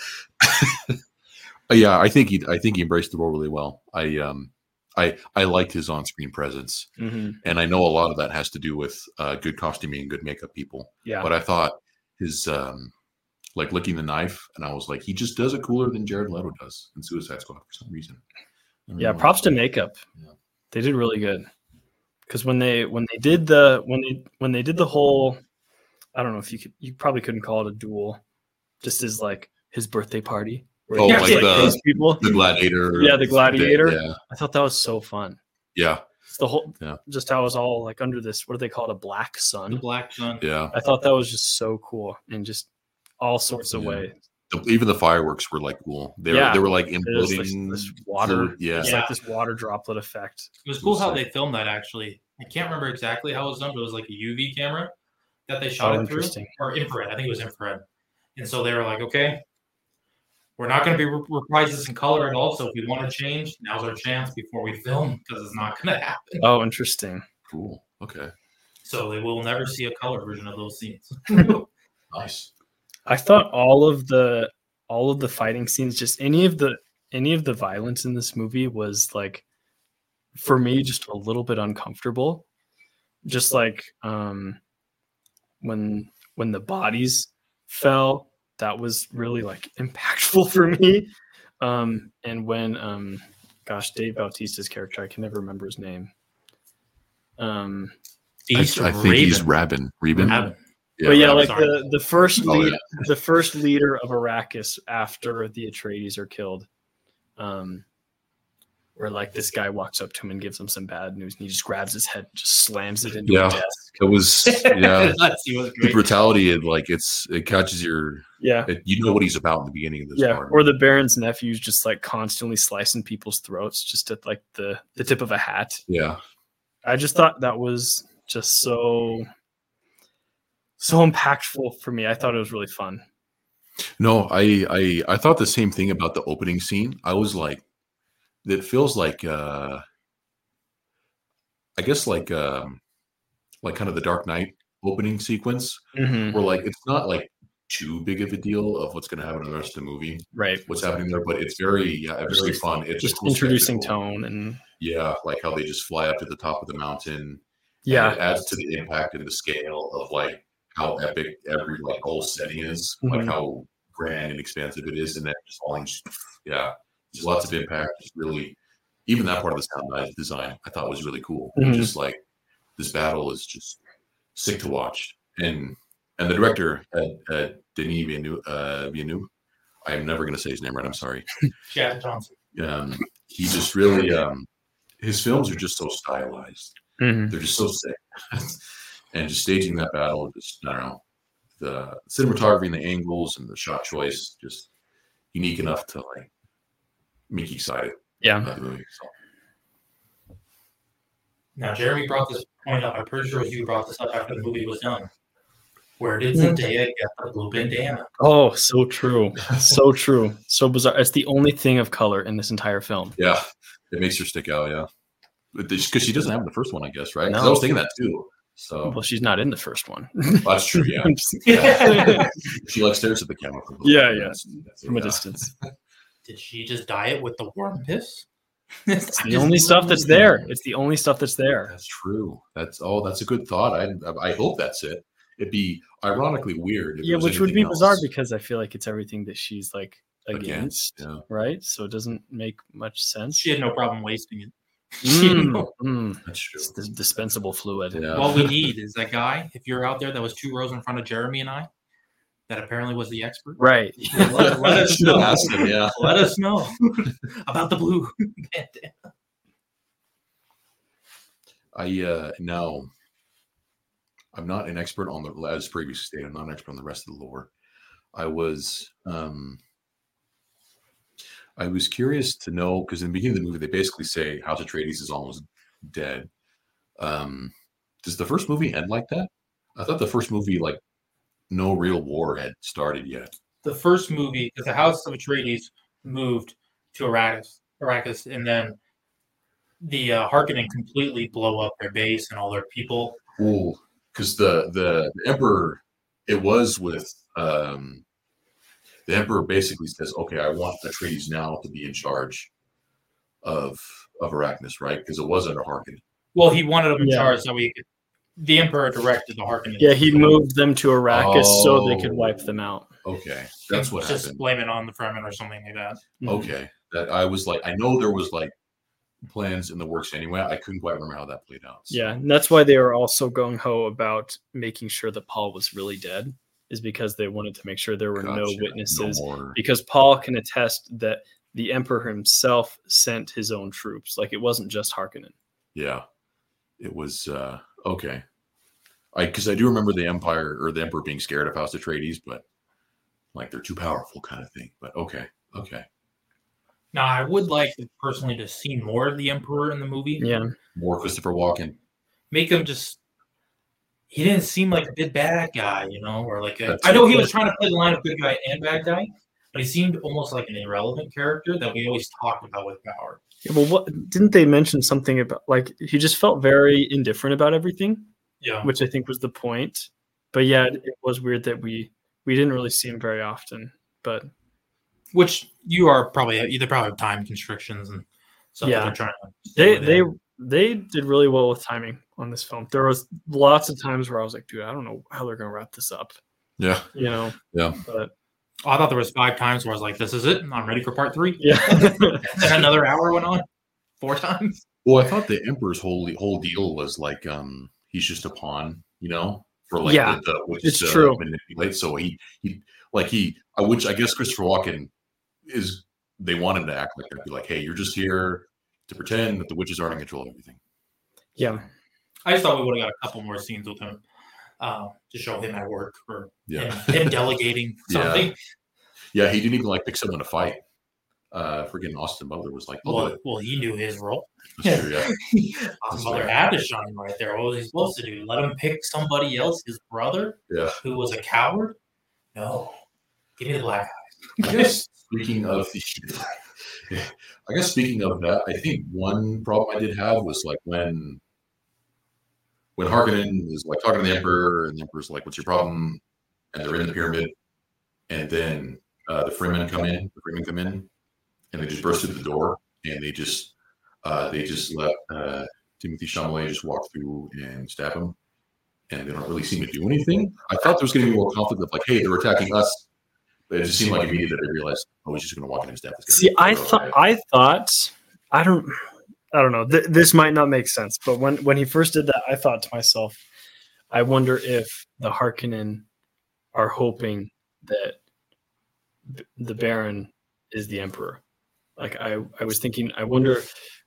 yeah. I think he, I think he embraced the role really well. I, um, I, I liked his on-screen presence, Mhm, and I know a lot of that has to do with uh, good costuming and good makeup people. Yeah, But I thought his, um, like licking the knife, and I was like, he just does it cooler than Jared Leto does in Suicide Squad for some reason. I don't yeah. know. Props to makeup. Yeah. They did really good. Because when they when they did the when they when they did the whole, I don't know if you could you probably couldn't call it a duel, just as like his birthday party. where Oh, he like was, the- those people. the gladiator. Yeah, the gladiator. Yeah, I thought that was so fun. yeah, It's the whole Yeah. just how it was all like under this what do they call it a black sun. Black Sun. yeah. I thought that was just so cool and just all sorts of Yeah. ways. The- even the fireworks were like cool. They were, Yeah. they were like There's like imploding. this water, Yeah. it's Yeah. like this water droplet effect. It was cool how they filmed that actually. I can't remember exactly how it was done, but it was like a UV camera that they shot Oh, it through interesting. or infrared. I think it was infrared. And so they were like, okay, we're not going to be re- reprising this in color at all. So if we want to change, now's our chance before we film because it's not going to happen. Oh, interesting. Cool. Okay. So they will never see a color version of those scenes. Nice. I thought all of the all of the fighting scenes, just any of the any of the violence in this movie was like for me just a little bit uncomfortable. Just like um when when the bodies fell, that was really like impactful for me. Um and when um gosh, Dave Bautista's character. I can never remember his name. Um, Beast I, I or think he's Raven? Rabin. Rabin. Raven. but yeah, Rabin. like sorry. the, the first Oh, lead, yeah. the first leader of Arrakis after the Atreides are killed, um, where like this guy walks up to him and gives him some bad news, and he just grabs his head, and just slams it into Yeah. a desk. it was yeah. That's- he was The great. brutality, it, like it's it catches your, yeah, it, you know what he's about in the beginning of this. yeah. part. Or the Baron's nephew's just like constantly slicing people's throats just at like the the tip of a hat. yeah, I just thought that was just so so impactful for me. I thought it was really fun. no, I, I I thought the same thing about the opening scene. I was like, it feels like, uh I guess like, um like kind of the Dark Knight opening sequence, Mm-hmm. where like it's not like too big of a deal of what's going to happen in the rest of the movie, Right. what's happening there, but it's very yeah, it's very fun. It's Just just introducing tone and Yeah, like how they just fly up to the top of the mountain. yeah, it adds to the impact and the scale of like how epic every like whole setting is, like Mhm. how grand and expansive it is, and then just falling. just- Yeah, just lots of impact. Just really, even that part of the sound di- design, I thought was really cool. It was Mhm. Just like this battle is just sick to watch, and and the director uh, uh, Denis Villeneuve. Uh, Villeneuve I am never going to say his name right. I'm sorry Chad Johnson. um, he just really um, his films are just so stylized. Mhm. They're just so sick, and just staging that battle, just I don't know, the cinematography and the angles and the shot choice, just unique enough to like make you excited yeah. about the movie. So, Now, Jeremy brought this point up. I'm pretty sure it was you brought this up after the movie was done. Where Hmm. did Zendaya get the blue bandana? Oh, so true, so true, so bizarre. It's the only thing of color in this entire film. yeah, it makes her stick out. Yeah, because she doesn't have the first one, I guess, right? 'Cause I No. was thinking that too. So Well, she's not in the first one. that's true. Yeah, I'm just- Yeah. she like stares at the camera. for a little Yeah, bit, yeah. that's- that's it, From a yeah. distance, Did she just dye it with the worm piss? it's the only stuff that's there. It's the only stuff that's there. That's true. That's oh, that's a good thought. I I hope that's it. It'd be ironically weird. if it Yeah, was which would be anything bizarre else. because I feel like it's everything that she's like against, Against, yeah. right? So it doesn't make much sense. She had no problem wasting it. Mm, mm. that's true. It's the dispensable fluid. Yeah. All we need is that guy, if you're out there, that was two rows in front of Jeremy and I, that apparently was the expert. Right. Let, let us Should've know. asked him, yeah. Let us know about the blue bandana. I uh no. I'm not an expert on the as previously stated, I'm not an expert on the rest of the lore. I was um I was curious to know because in the beginning of the movie they basically say House Atreides is almost dead. Um does the first movie end like that? I thought the first movie like no real war had started yet. the first movie because the House of Atreides moved to Arrakis, Arrakis, and then the uh, Harkonnen completely blow up their base and all their people. Well, because the, the the emperor, it was with um, the emperor basically says, "Okay, I want the treaties now to be in charge of of Arachnis, right? Because it was under Harkin. Well, he wanted them in Yeah. charge so he could. The Emperor directed the Harkonnen. Yeah, he moved them to Arrakis so they could Oh. wipe them out. Okay, that's what Just happened. blame it on the Fremen or something like that. Mhm. Okay, that I was like, I know there was like plans in the works anyway. I couldn't quite remember how that played out. so- Yeah, and that's why they were all so gung ho about making sure that Paul was really dead, is because they wanted to make sure there were no Gotcha, witnesses. more. Because Paul can attest that the Emperor himself sent his own troops. Like it wasn't just Harkonnen. Yeah. It was uh okay. I because I do remember the Empire or the Emperor being scared of House Atreides, but like they're too powerful kind of thing. But okay, okay. Now, I would like personally to see more of the Emperor in the movie. Yeah. More Christopher Walken. Make him just. He didn't seem like a big bad guy, you know, or like a, That's I know what- he was trying to play the line of good guy and bad guy, but he seemed almost like an irrelevant character that we always talked about with power. Yeah, well, what didn't they mention something about like he just felt very indifferent about everything? Yeah. which I think was the point. But yeah, it was weird that we we didn't really see him very often. But Which you are probably you they probably have time constrictions and stuff Yeah. that they're trying to they stay they within. they did really well with timing on this film. There was lots of times where I was like, dude, I don't know how they're gonna wrap this up. Yeah. You know? Yeah. But I thought there was five times where I was like, This is it, I'm ready for part three. yeah. And another hour went on. four times. Well, I thought the Emperor's whole whole deal was like um he's just a pawn, you know, for like Yeah, the, the, which it's to true. manipulate. So he he like he I which I guess Christopher Walken is they want him to act like that, be like, hey, you're just here to pretend that the witches aren't in control of everything. Yeah. I just thought we would have got a couple more scenes with him uh, to show him at work or Yeah, him, him delegating Yeah. something. yeah, he didn't even like pick someone to fight. Uh, freaking Austin Butler was like, oh, Well, well, he knew his role. that's true, yeah. His mother had to shine right there. What was he supposed to do? Let him pick somebody else, his brother, Yeah. who was a coward? No. Give me the black eye. I guess speaking of the, I guess speaking of that, I think one problem I did have was like when, when Harkonnen is like talking to the Emperor, and the Emperor's like, "What's your problem?" and they're in the pyramid, and then uh, the Freemen come in, the Freemen come in, and they just burst through the door, and they just, uh, they just let uh, Timothy Chalamet just walk through and stab him, and they don't really seem to do anything. I thought there was going to be more conflict of like, "Hey, they're attacking us." But it just seemed like immediately that they realized, oh, he's just going to walk in and stab this guy. See, I So, thought I thought I don't I don't know. Th- this might not make sense, but when when he first did that, I thought to myself, I wonder if the Harkonnen are hoping that th- the Baron is the Emperor. Like I I was thinking, I wonder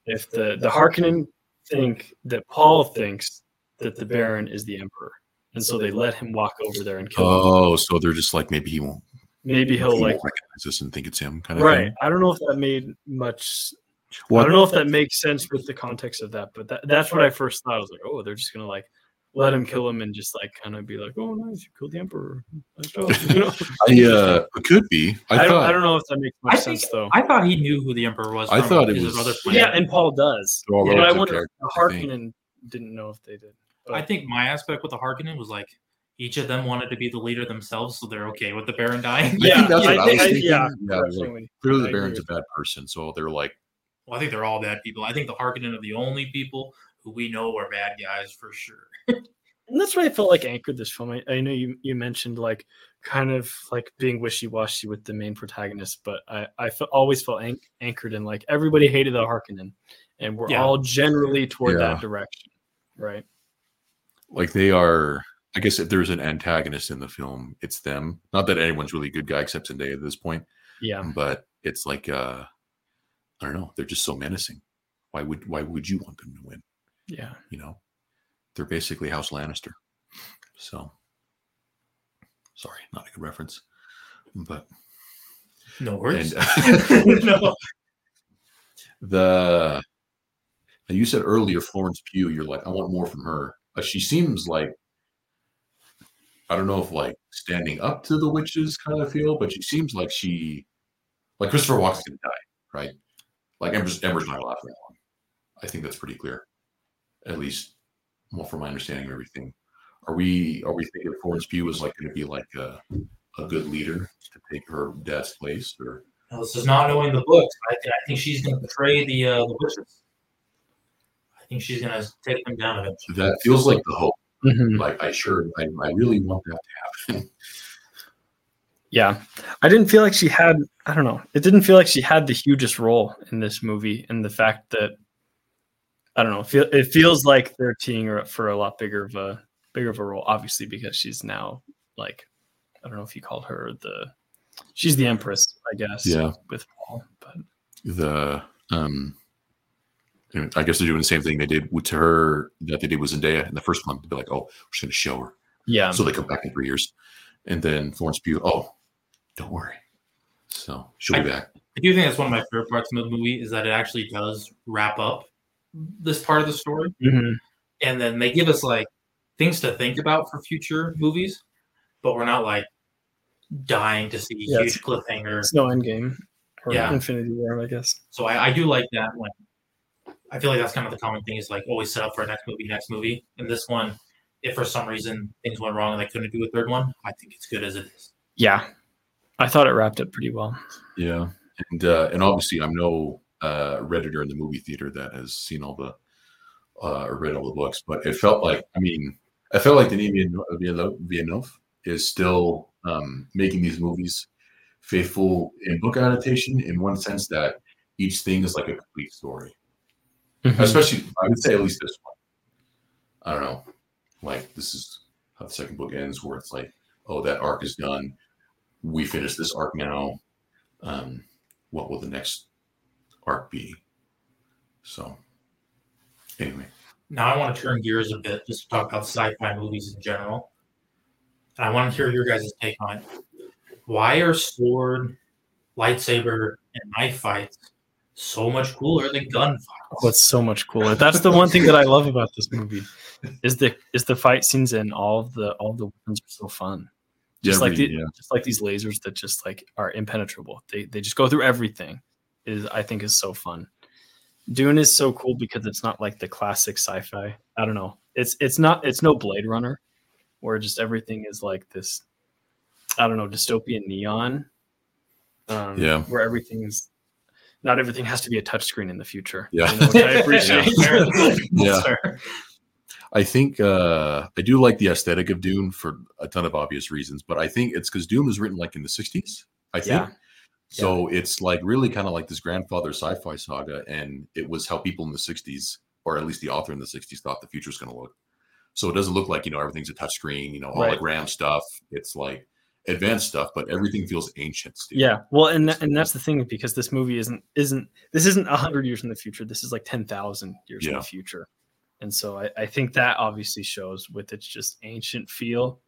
if the the Harkonnen think that Paul thinks that the Baron is the Emperor, and so they let him walk over there and kill. him. Oh, Oh, so they're just like maybe he won't, Maybe he he'll won't like. recognize this and think it's him, kind of Right. thing. I don't know if that made much Well, I don't know if that makes sense with the context of that, but that, that's what I first thought. I was like, oh, they're just gonna like let him kill him and just like kind of be like, oh, nice, you killed the emperor. Nice job," you know? I, uh, it could be. I, I, don't, thought. I don't know if that makes much I think- sense though. I thought he knew who the emperor was. I from thought it his was- brother's plan. yeah, and Paul does, They're all but I relative wonder if characters, the I think. Harkonnen didn't know if they did. I think my aspect with the Harkonnen was like each of them wanted to be the leader themselves, so they're okay with the Baron dying. I Yeah, think that's I what I, think- was I- thinking. yeah. yeah like, Personally, clearly, I the Baron's a agree. bad person, so they're like, Well, I think they're all bad people. I think the Harkonnen are the only people who we know are bad guys for sure. and that's what I felt like anchored this film. I, I know you you mentioned like kind of like being wishy washy with the main protagonist, but I I fe- always felt anch- anchored in like everybody hated the Harkonnen, and we're Yeah. all generally toward Yeah. that direction, right? like they are. I guess if there's an antagonist in the film, it's them. Not that anyone's really a good guy except Zendaya at this point, Yeah, but it's like, uh, I don't know. They're just so menacing. Why would Why would you want them to win? yeah. you know, they're basically House Lannister. So, sorry, not a good reference, but No worries. and no. the now you said earlier Florence Pugh. You're like, I want more from her. Uh, she seems like I don't know if like standing up to the witches kind of feel, but she seems like she like Christopher Walken's gonna die, right? Like Ember's, Ember's not alive for that long. I think that's pretty clear, at least well from my understanding of everything. Are we are we thinking Florence Pugh is like going to be like a a good leader to take her dad's place, or No, this is not knowing the books. I, th- I think she's going to betray the uh, the witches. I think she's going to take them down eventually. that feels like the hope. Like I sure I, I really want that to happen. Yeah, I didn't feel like she had. I don't know. It didn't feel like she had the hugest role in this movie, and the fact that I don't know. Feel it feels like they're teeing her up for a lot bigger of a bigger of a role, obviously because she's now like I don't know if you called her the she's the empress, I guess. Yeah. with Paul, but the um and I guess they're doing the same thing they did with- to her that they did with Zendaya in the first one. They'd be like, "Oh, we're just going to show her," yeah, so they come back in three years, and then Florence Pugh, "Oh, don't worry, so she'll be back." I do think that's one of my favorite parts of the movie is that it actually does wrap up this part of the story, Mhm. and then they give us like things to think about for future movies, but we're not like dying to see Yeah, huge cliffhangers. it's no Endgame or Yeah. Infinity War, I guess. So I, I do like that one. I feel like that's kind of the common thing is like always set up for a next movie, next movie. And this one, if for some reason things went wrong and they couldn't do a third one, I think it's good as it is. Yeah, I thought it wrapped up pretty well. Yeah, and uh, and obviously, I'm no uh, redditor in the movie theater that has seen all the uh, or read all the books, but it felt like I mean, I felt like Denis Villeneuve- Villeneuve Villeneuve is still um, making these movies faithful in book adaptation in one sense that each thing is like a complete story. Mm-hmm. especially I would say at least this one. I don't know, like this is how the second book ends, where it's like, oh, that arc is done. We finish this arc now. Um, what will the next arc be? So, anyway, Now I want to turn gears a bit just to talk about sci-fi movies in general. And I want to hear your guys' take on it. Why are sword, lightsaber, and knife fights so much cooler than gun fights? What's Oh, so much cooler? That's the one thing that I love about this movie is the is the fight scenes and all of the all the weapons are so fun. Just like the, yeah, just like these lasers that just like are impenetrable. They they just go through everything. Is I think is so fun. Dune is so cool because it's not like the classic sci-fi. I don't know. It's it's not it's no Blade Runner where just everything is like this I don't know, dystopian neon. Um, Yeah. where everything is not everything has to be a touchscreen in the future. Yeah. You know, which I appreciate. Yeah. Sorry. I think uh, I do like the aesthetic of Dune for a ton of obvious reasons, but I think it's because Dune was written like in the 60s, I think. Yeah. So it's like really kind of like this grandfather sci fi saga, and it was how people in the 60s, or at least the author in the 60s, thought the future is going to look. So it doesn't look like, you know, everything's a touchscreen, you know, all like Right. RAM stuff. It's like advanced stuff, but everything feels ancient. Steve. Yeah, well, and tha- and that's the thing because this movie isn't isn't this isn't hundred years in the future. This is like ten thousand years in Yeah. the future, and so I, I think that obviously shows with its just ancient feel,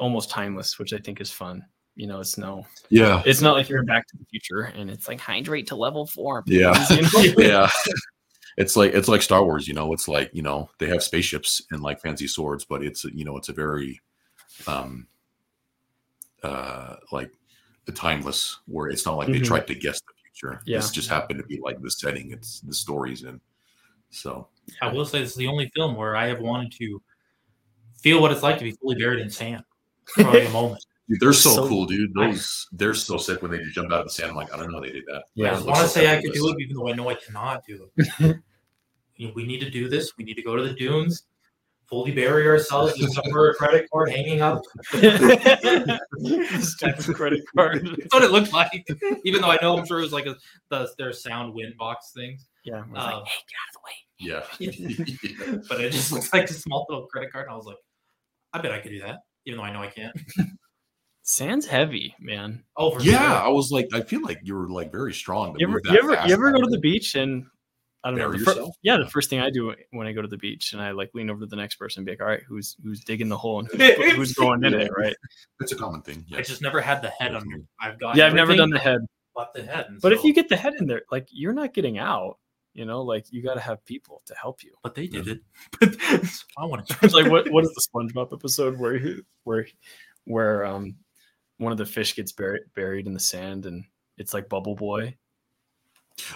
almost timeless, which I think is fun. You know, it's no, Yeah. it's not like you're in Back to the Future and it's like hydrate to level four. Yeah. please," you know? yeah it's like it's like star wars you know it's like you know they have spaceships and like fancy swords but it's you know it's a very um uh like a timeless where it's not like they Mhm. tried to guess the future Yeah. this just happened to be like the setting it's the stories in so I will say this is the only film where I have wanted to feel what it's like to be fully buried in sand for a moment. dude, they're so, So- cool dude those they're so sick when they just jump out of the sand i'm like i don't know how they did that Yeah. I That just looks want to so say I could do effortless. it, even though I know I cannot do it. We- we need to do this. We need to go to the dunes, fully bury ourselves, just cover a credit card hanging up. Stupid credit card. That's what it looked like. Even though I know, I'm sure it was like a, the, their sound wind box things. Yeah, I Um, was like, yeah but it just looks like a small little credit card. And I was like, I bet I could do that, even though I know I can't. sand's heavy, man. Oh, for yeah sure. i was like i feel like you were like very strong to you ever move that you ever, fast you ever go back to the then. beach and I don't know. Bury the fir- yourself? yeah, the first thing I do when I go to the beach and I like lean over to the next person and be like, "All right, who's who's digging the hole and who's, who's going in it?" Right? it's a common thing I yes. just never had the head on me. I've got Yeah, I've never everything done the head, but the head. and but if so- you get the head in there, like you're not getting out. You know, like you got to have people to help you. but they did it. So I want to It's like what what is the SpongeBob episode where he, where where um one of the fish gets buried buried in the sand and it's like Bubble Boy.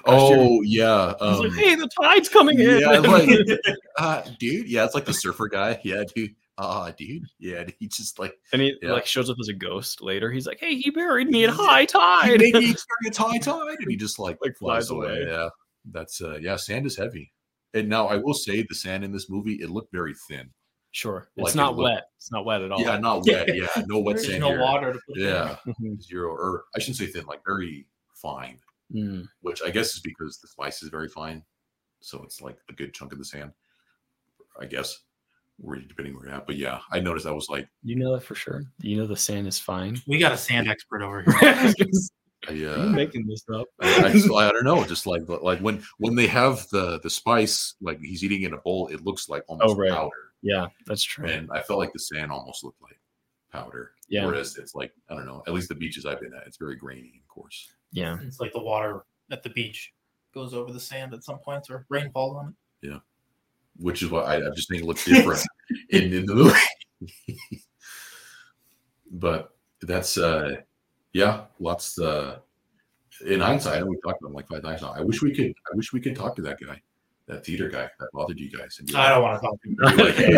oh yeah He's um, like, "Hey, the tide's coming in." yeah, I'm like- uh dude yeah it's like the surfer guy yeah dude ah dude yeah he just like And he Yeah. like shows up as a ghost later. He's like, "Hey, he buried me at high tide." he experience high tide and he just like, Like, flies, flies away. away. yeah that's uh yeah sand is heavy and now i will say the sand in this movie it looked very thin sure, Like it's it not looked- wet. It's not wet at all. yeah not wet yeah no wet There's sand no here. water to put in. yeah Mhm. zero or i shouldn't say thin like very fine Mm. which i guess is because the slice is very fine so it's like a good chunk of the sand i guess where depending where you're at but yeah i noticed i was like You know that for sure. You know the sand is fine. We got a sand expert over here. Are i you uh making this up? I, I, just- I don't know. Just like like when when they have the the spice, like he's eating in a bowl, it looks like almost Oh, right. powder. yeah, that's true. And I felt like the sand almost looked like powder. Yeah. Whereas it's like I don't know. At least the beaches I've been at, it's very grainy, of course. Yeah, It's like the water at the beach goes over the sand at some points or rain falls on it. Which is why I, I just think it looks different in, in the movie. but that's uh yeah, lots uh in hindsight, I know we talked about him like five times now. I wish we could I wish we could talk to that guy, that theater guy that bothered you guys and be I like, don't want to talk. be like, "Hey,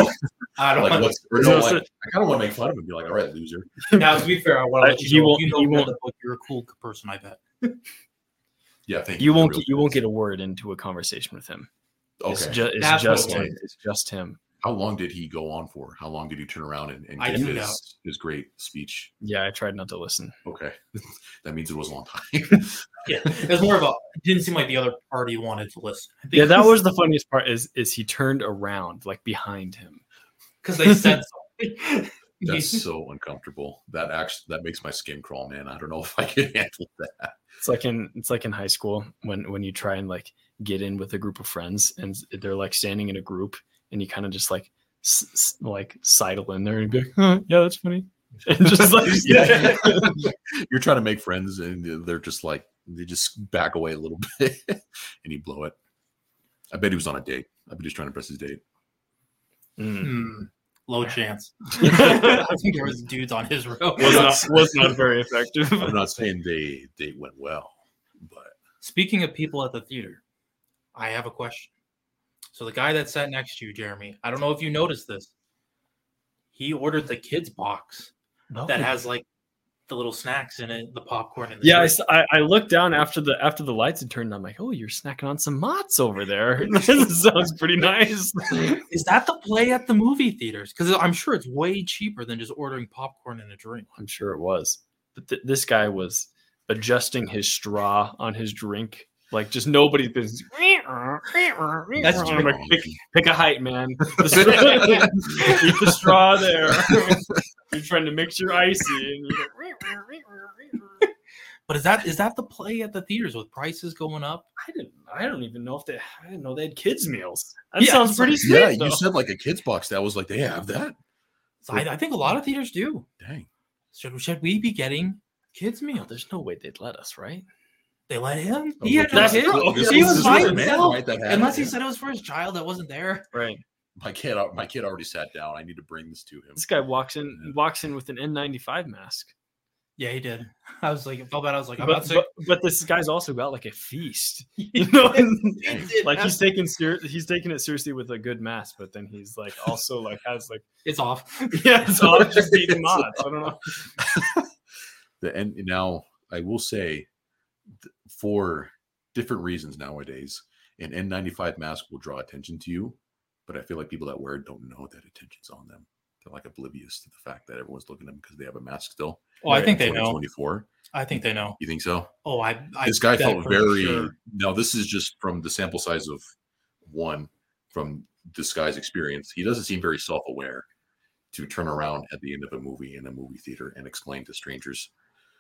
I don't like want what's or No, no, so- like, I kind of want to make fun of him and be like, all right, loser. to. Now, to be fair, I want to I- let you, you know. won't- You know, you read won't- the book, you're a cool person, I bet. Yeah, thank you. you won't Real get you won't fans. get a word into a conversation with him. It's okay. just it's That's just what it him. It's just him. How long did he go on for? How long did he turn around and, and I give his, don't know. his great speech? Yeah, I tried not to listen. Okay, that means it was a long time. Yeah, it was more of a. It didn't seem like the other party wanted to listen. I think Yeah, that was the funniest part. Is is he turned around like behind him? because they said something. That's so uncomfortable. That actually that makes my skin crawl, man. I don't know if I can handle that. It's like in it's like in high school when when you try and like get in with a group of friends and they're like standing in a group and you kind of just like s- s- like sidle in there and be like, huh, yeah, that's funny. And just like Yeah. You're trying to make friends, and they're just like they just back away a little bit, and you blow it. I bet he was on a date. I bet he's trying to press his date. Mm. Hmm, low chance. was I think there was dudes on his road. not was not very effective. I'm not saying they they went well, but Speaking of people at the theater, I have a question. So the guy that sat next to you, Jeremy, I don't know if you noticed this. He ordered the kids box that has like the little snacks in it, the popcorn, and the Yeah, I, drink. s- I- I looked down after the after the lights had turned. on. I'm like, oh, you're snacking on some mozz over there. this sounds pretty nice. Is that the play at the movie theaters? Because I'm sure it's way cheaper than just ordering popcorn and a drink. I'm sure it was, but th- this guy was adjusting his straw on his drink. Like just nobody's business. That's That's I'm like, pick, pick a height, man. The straw, keep the straw there. You're trying to mix your icy. And you're like, But is that is that the play at the theaters with prices going up? I didn't. I don't even know if they. I didn't know they had kids meals. That Yeah, sounds pretty sweet. yeah, you though. said like a kids box. That was like they have that. So I, I think a lot of theaters do. Dang. Should should we be getting kids No, meal? there's no way they'd let us, right? They let him. Oh, He had look, no that's- kids. oh, this he this was is by the man, himself, right, that had Unless it. he said it was for his child that wasn't there. Right. my kid, al- my kid already sat down. I need to bring this to him. This guy walks in, walks in with an N95 mask. Yeah, he did. I was like, I felt bad. I was like, I'm not But, sick. but, but this guy's also got like a feast, you know. like he's taking ser- he's taking it seriously with a good mask, but then he's like also like has like it's off. yeah, so I'm just eating mods. I don't know. the and now I will say th- for different reasons nowadays, an N95 mask will draw attention to you, but I feel like people that wear it don't know that attention's on them. They're like oblivious to the fact that everyone's looking at them because they have a mask still. Well, Oh, I think In they know. 2024. I think they know. You think so? Oh, I. I this guy bet felt for very. sure. No, this is just from the sample size of one from this guy's experience. He doesn't seem very self-aware to turn around at the end of a movie in a movie theater and explain to strangers.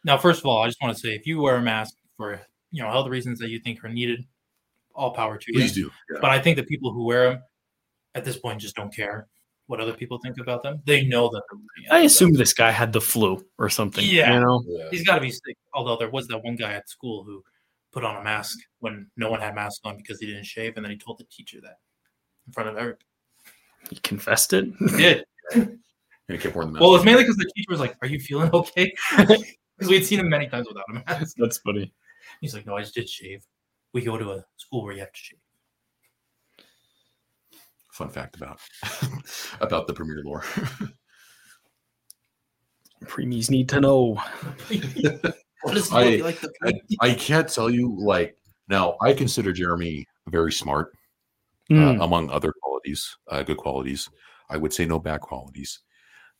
Now, first of all, I just want to say, if you wear a mask for you know health reasons that you think are needed, all power to you. Please do. Yeah. But I think the people who wear them at this point just don't care what other people think about them. They know that. they're- I assume this guy had the flu or something. Yeah. you know. Yeah. He's got to be sick. Although there was that one guy at school who put on a mask when no one had masks on because he didn't shave, and then he told the teacher that in front of everyone. He confessed it. He did. And he kept wearing the mask. Well, it was mainly because the teacher was like, "Are you feeling okay?" Because we had seen him many times without a mask. That's funny. He's like, "No, I just did shave." We go to a school where you have to shave. fun fact about about the premiere lore. Preemies need to know. What is I- like the I, I can't tell you like now. I consider Jeremy very smart, Mm. uh, among other qualities, uh, good qualities. I would say no bad qualities.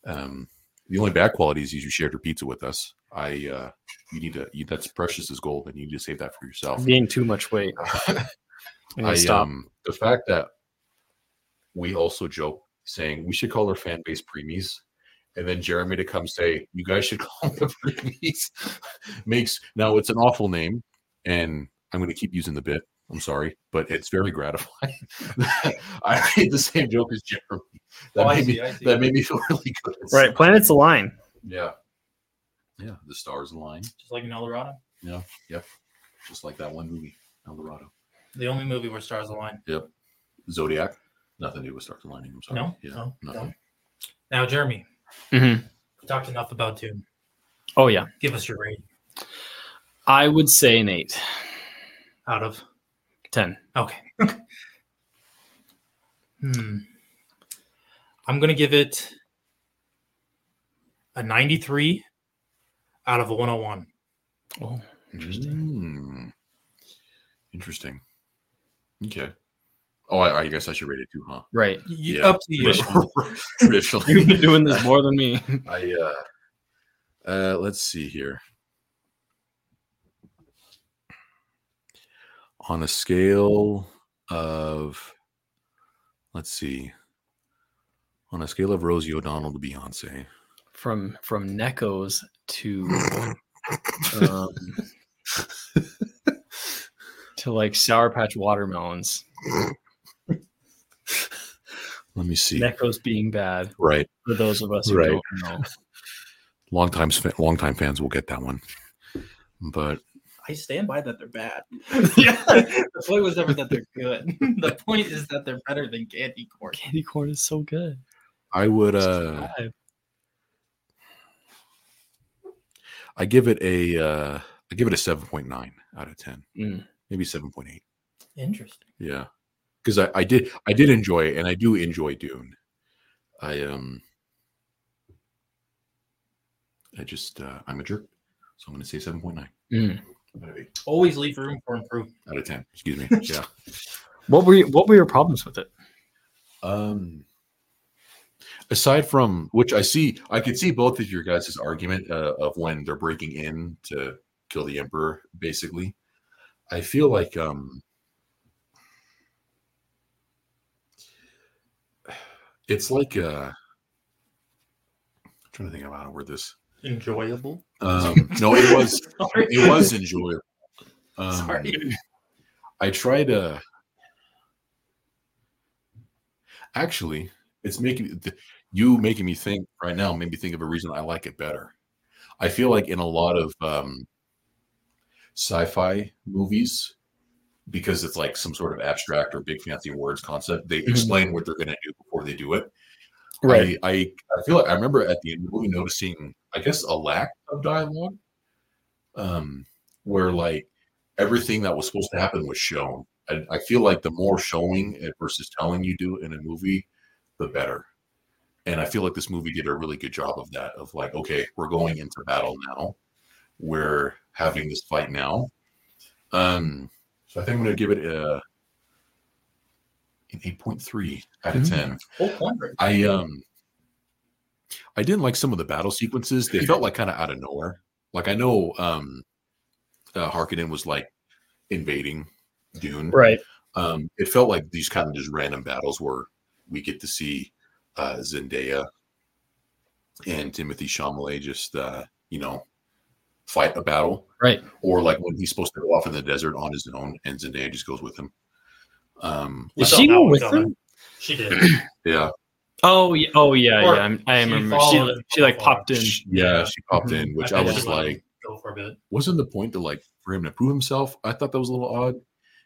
Um, the only bad qualities is you shared your pizza with us. I uh, you need to you, that's precious as gold, and you need to save that for yourself. Gain Uh, too much weight. I, I stop. um the fact that we also joke saying we should call our fan base preemies, and then Jeremy to come say you guys should call them the preemies makes now it's an awful name, and I'm going to keep using the bit. I'm sorry, but it's very gratifying. I made the same joke as Jeremy. That Oh, I made see, me I see. that made me feel really good. right, planets align. Yeah. Yeah. The stars align, just like in El Dorado, just like that one movie, El Dorado. the only movie where stars align. Zodiac. Nothing to do with stars aligning. I'm sorry. No, Oh, Oh. Yeah. no, nothing. no. Now, Jeremy, Mhm. we talked enough about Dune. Oh yeah, Give us your rating I would say an eight, out of ten. okay. hmm. I'm gonna give it a 93 out of a 101. Oh, Hmm. Interesting. Interesting. Okay. Oh, I, I guess I should rate it too, huh? Right. You, Yeah. Up to you. Traditionally, You've been doing this more than me. I uh, uh, let's see here. On a scale of, let's see, on a scale of Rosie O'Donnell to Beyonce, From from Neckos to um, to like Sour Patch watermelons. let me see. Neckos being bad Right, for those of us who Right. don't know. long time, long time fans will get that one. But I stand by that they're bad. yeah, the point was never that they're good. the point is that they're better than candy corn. Candy corn is so good. I would, It's uh, five. I give it a, uh, I give it a seven point nine out of ten, Mm. maybe seven point eight. Interesting. Yeah, because I, I did I did enjoy it, and I do enjoy Dune. I um, I just uh, I'm a jerk, so I'm going to say seven point nine Mm. out of eight Always leave room for improvement. out of ten. Excuse me. Yeah. What were you, what were your problems with it? um, aside from which, I see I could see both of your guys' argument uh, of when they're breaking in to kill the emperor. Basically, I feel like um. It's like uh trying to think about how to word this. Enjoyable. Um, no, it was Sorry. it was enjoyable. Um, Sorry. I tried uh, to. Actually, it's making th- you making me think right now. Made me think of a reason I like it better. I feel like in a lot of um, sci-fi movies, because it's like some sort of abstract or big fancy words concept, they Mhm. explain what they're going to do before they do it. Right. I, I, I feel like I remember at the end of the movie noticing, I guess, a lack of dialogue. Um, where like everything that was supposed to happen was shown. I, I feel like the more showing it versus telling you do in a movie, the better. And I feel like this movie did a really good job of that. Of like, okay, we're going into battle now. We're having this fight now. Um, so I think I'm gonna give it a an eight point three out of Mhm. ten. Whole corn bread. I um I didn't like some of the battle sequences. They felt like kind of out of nowhere. Like I know um uh, Harkonnen was like invading Dune. Right. Um it felt like these kind of just random battles where we get to see uh Zendaya and Timothy Chalamet just uh you know fight a battle Right. or like when he's supposed to go off in the desert on his own and Zendaya just goes with him. Um We Is saw she that one with coming. them? She did. yeah, Oh yeah. Oh yeah. Or yeah. I'm, I am she remember. She, followed she like afar. popped in. yeah, she popped Mhm. in, which I bet was she just let him like go for a bit. wasn't the point to like for him to prove himself? I thought that was a little odd,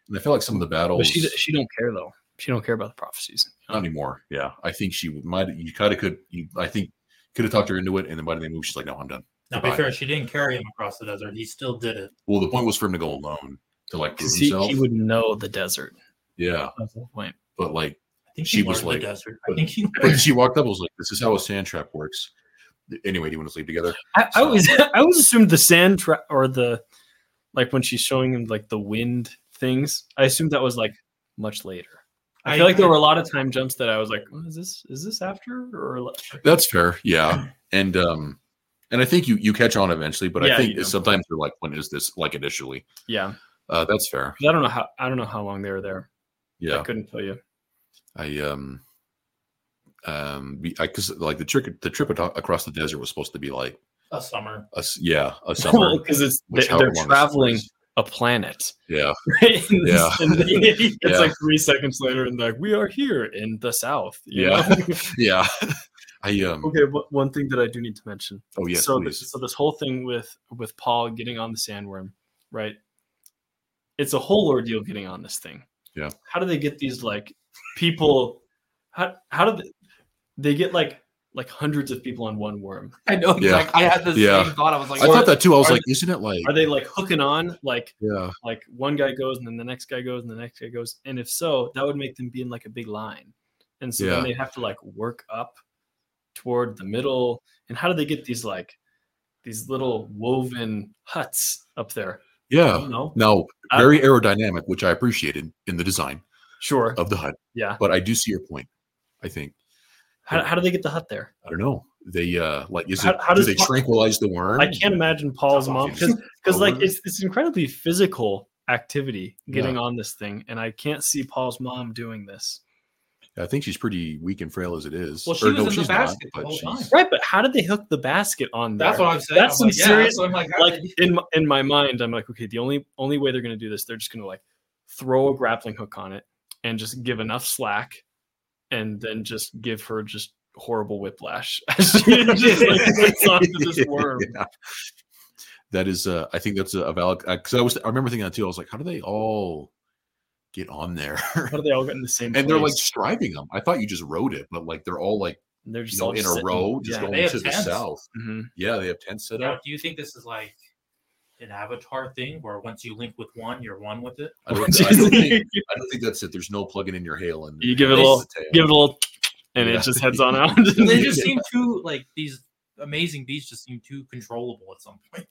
and I felt like some of the battles. But she she don't care though. She don't care about the prophecies. not anymore. Yeah, I think she might. You kind of could. You, I think could have talked her into it, and then by the end of the movie, she's like, "No, I'm done." Now, be Goodbye. fair, she didn't carry him across the desert. He still did it. Well, the point was for him to go alone to like prove Because he, himself. he would know the desert. yeah, That's the point. but like, I think She he was like- learned the desert. I think he. but she walked up. and was like, "This is how a sand trap works." Anyway, do you want to sleep together? I, I So- always I always assumed the sand tra- or the like when she's showing him like the wind things. I assumed that was like much later. I, feel like there were a lot of time jumps that I was like, oh, is this is this after or like, That's fair. Yeah, and um, and I think you you catch on eventually, but I Yeah, think you do. sometimes you're like, "When is this?" Like initially, yeah? uh, that's fair. 'Cause I don't know how I don't know how long they were there. Yeah, I couldn't tell you. I um um be- I because like the trick the trip ato- across the desert was supposed to be like a summer. a s- yeah a summer Because it's which they, however they're long the summer traveling is. a planet. yeah Right? And Yeah. and then it's Yeah. like three seconds later, and like we are here in the south. you Yeah. know? yeah I um okay. wh- one thing that I do need to mention. oh yes so please This, so this whole thing with with Paul getting on the sandworm, right? It's a whole ordeal getting on this thing. Yeah. How do they get these like people? How how do they, they get like like hundreds of people on one worm? I know. Yeah. Like, I had the Yeah. same thought. I was like, I what? thought that too I was are like isn't it like Are they like hooking on like yeah like one guy goes and then the next guy goes and the next guy goes? And if so, that would make them be in like a big line, and so Yeah. then they have to like work up toward the middle. And how do they get these like these little woven huts up there? yeah No. no I- very aerodynamic which I appreciated in the design Sure. of the hut. Yeah. But I do see your point. I think How, how do they get the hut there? I don't know. They uh like is How- it how do does they Paul- tranquilize the worm? I can't imagine Paul's mom because because like it's it's incredibly physical activity getting on this thing, and I can't see Paul's mom doing this. I think she's pretty weak and frail as it is. Well, she was in the she's basket the whole time. Right, but how did they hook the basket on there? That's what I'm saying. That's I'm some serious- so I'm like, how like did- in my, in my mind, I'm like, okay, the only only way they're gonna do this, they're just gonna like throw a grappling hook on it and just give enough slack, and then just give her just horrible whiplash as she just like flips onto this worm. Yeah. That is, uh, I think that's a, a valid because I was I remember thinking that too. I was like, how do they all get on there? How do they all get in the same? and they're like place? striving them. I thought you just rode it, but like they're all like they're you just know all in sitting- a row, just yeah. going They have to the tents. south. Mhm. Yeah, they have tents set Now, up. do you think this is like an avatar thing where once you link with one, you're one with it? I don't, I don't think, I don't think that's it. There's no plugging in your hail and You give it a and little- the tail. Give it a little, and Yeah. it just heads on out. They just seem too like these amazing beasts just seem too controllable at some point.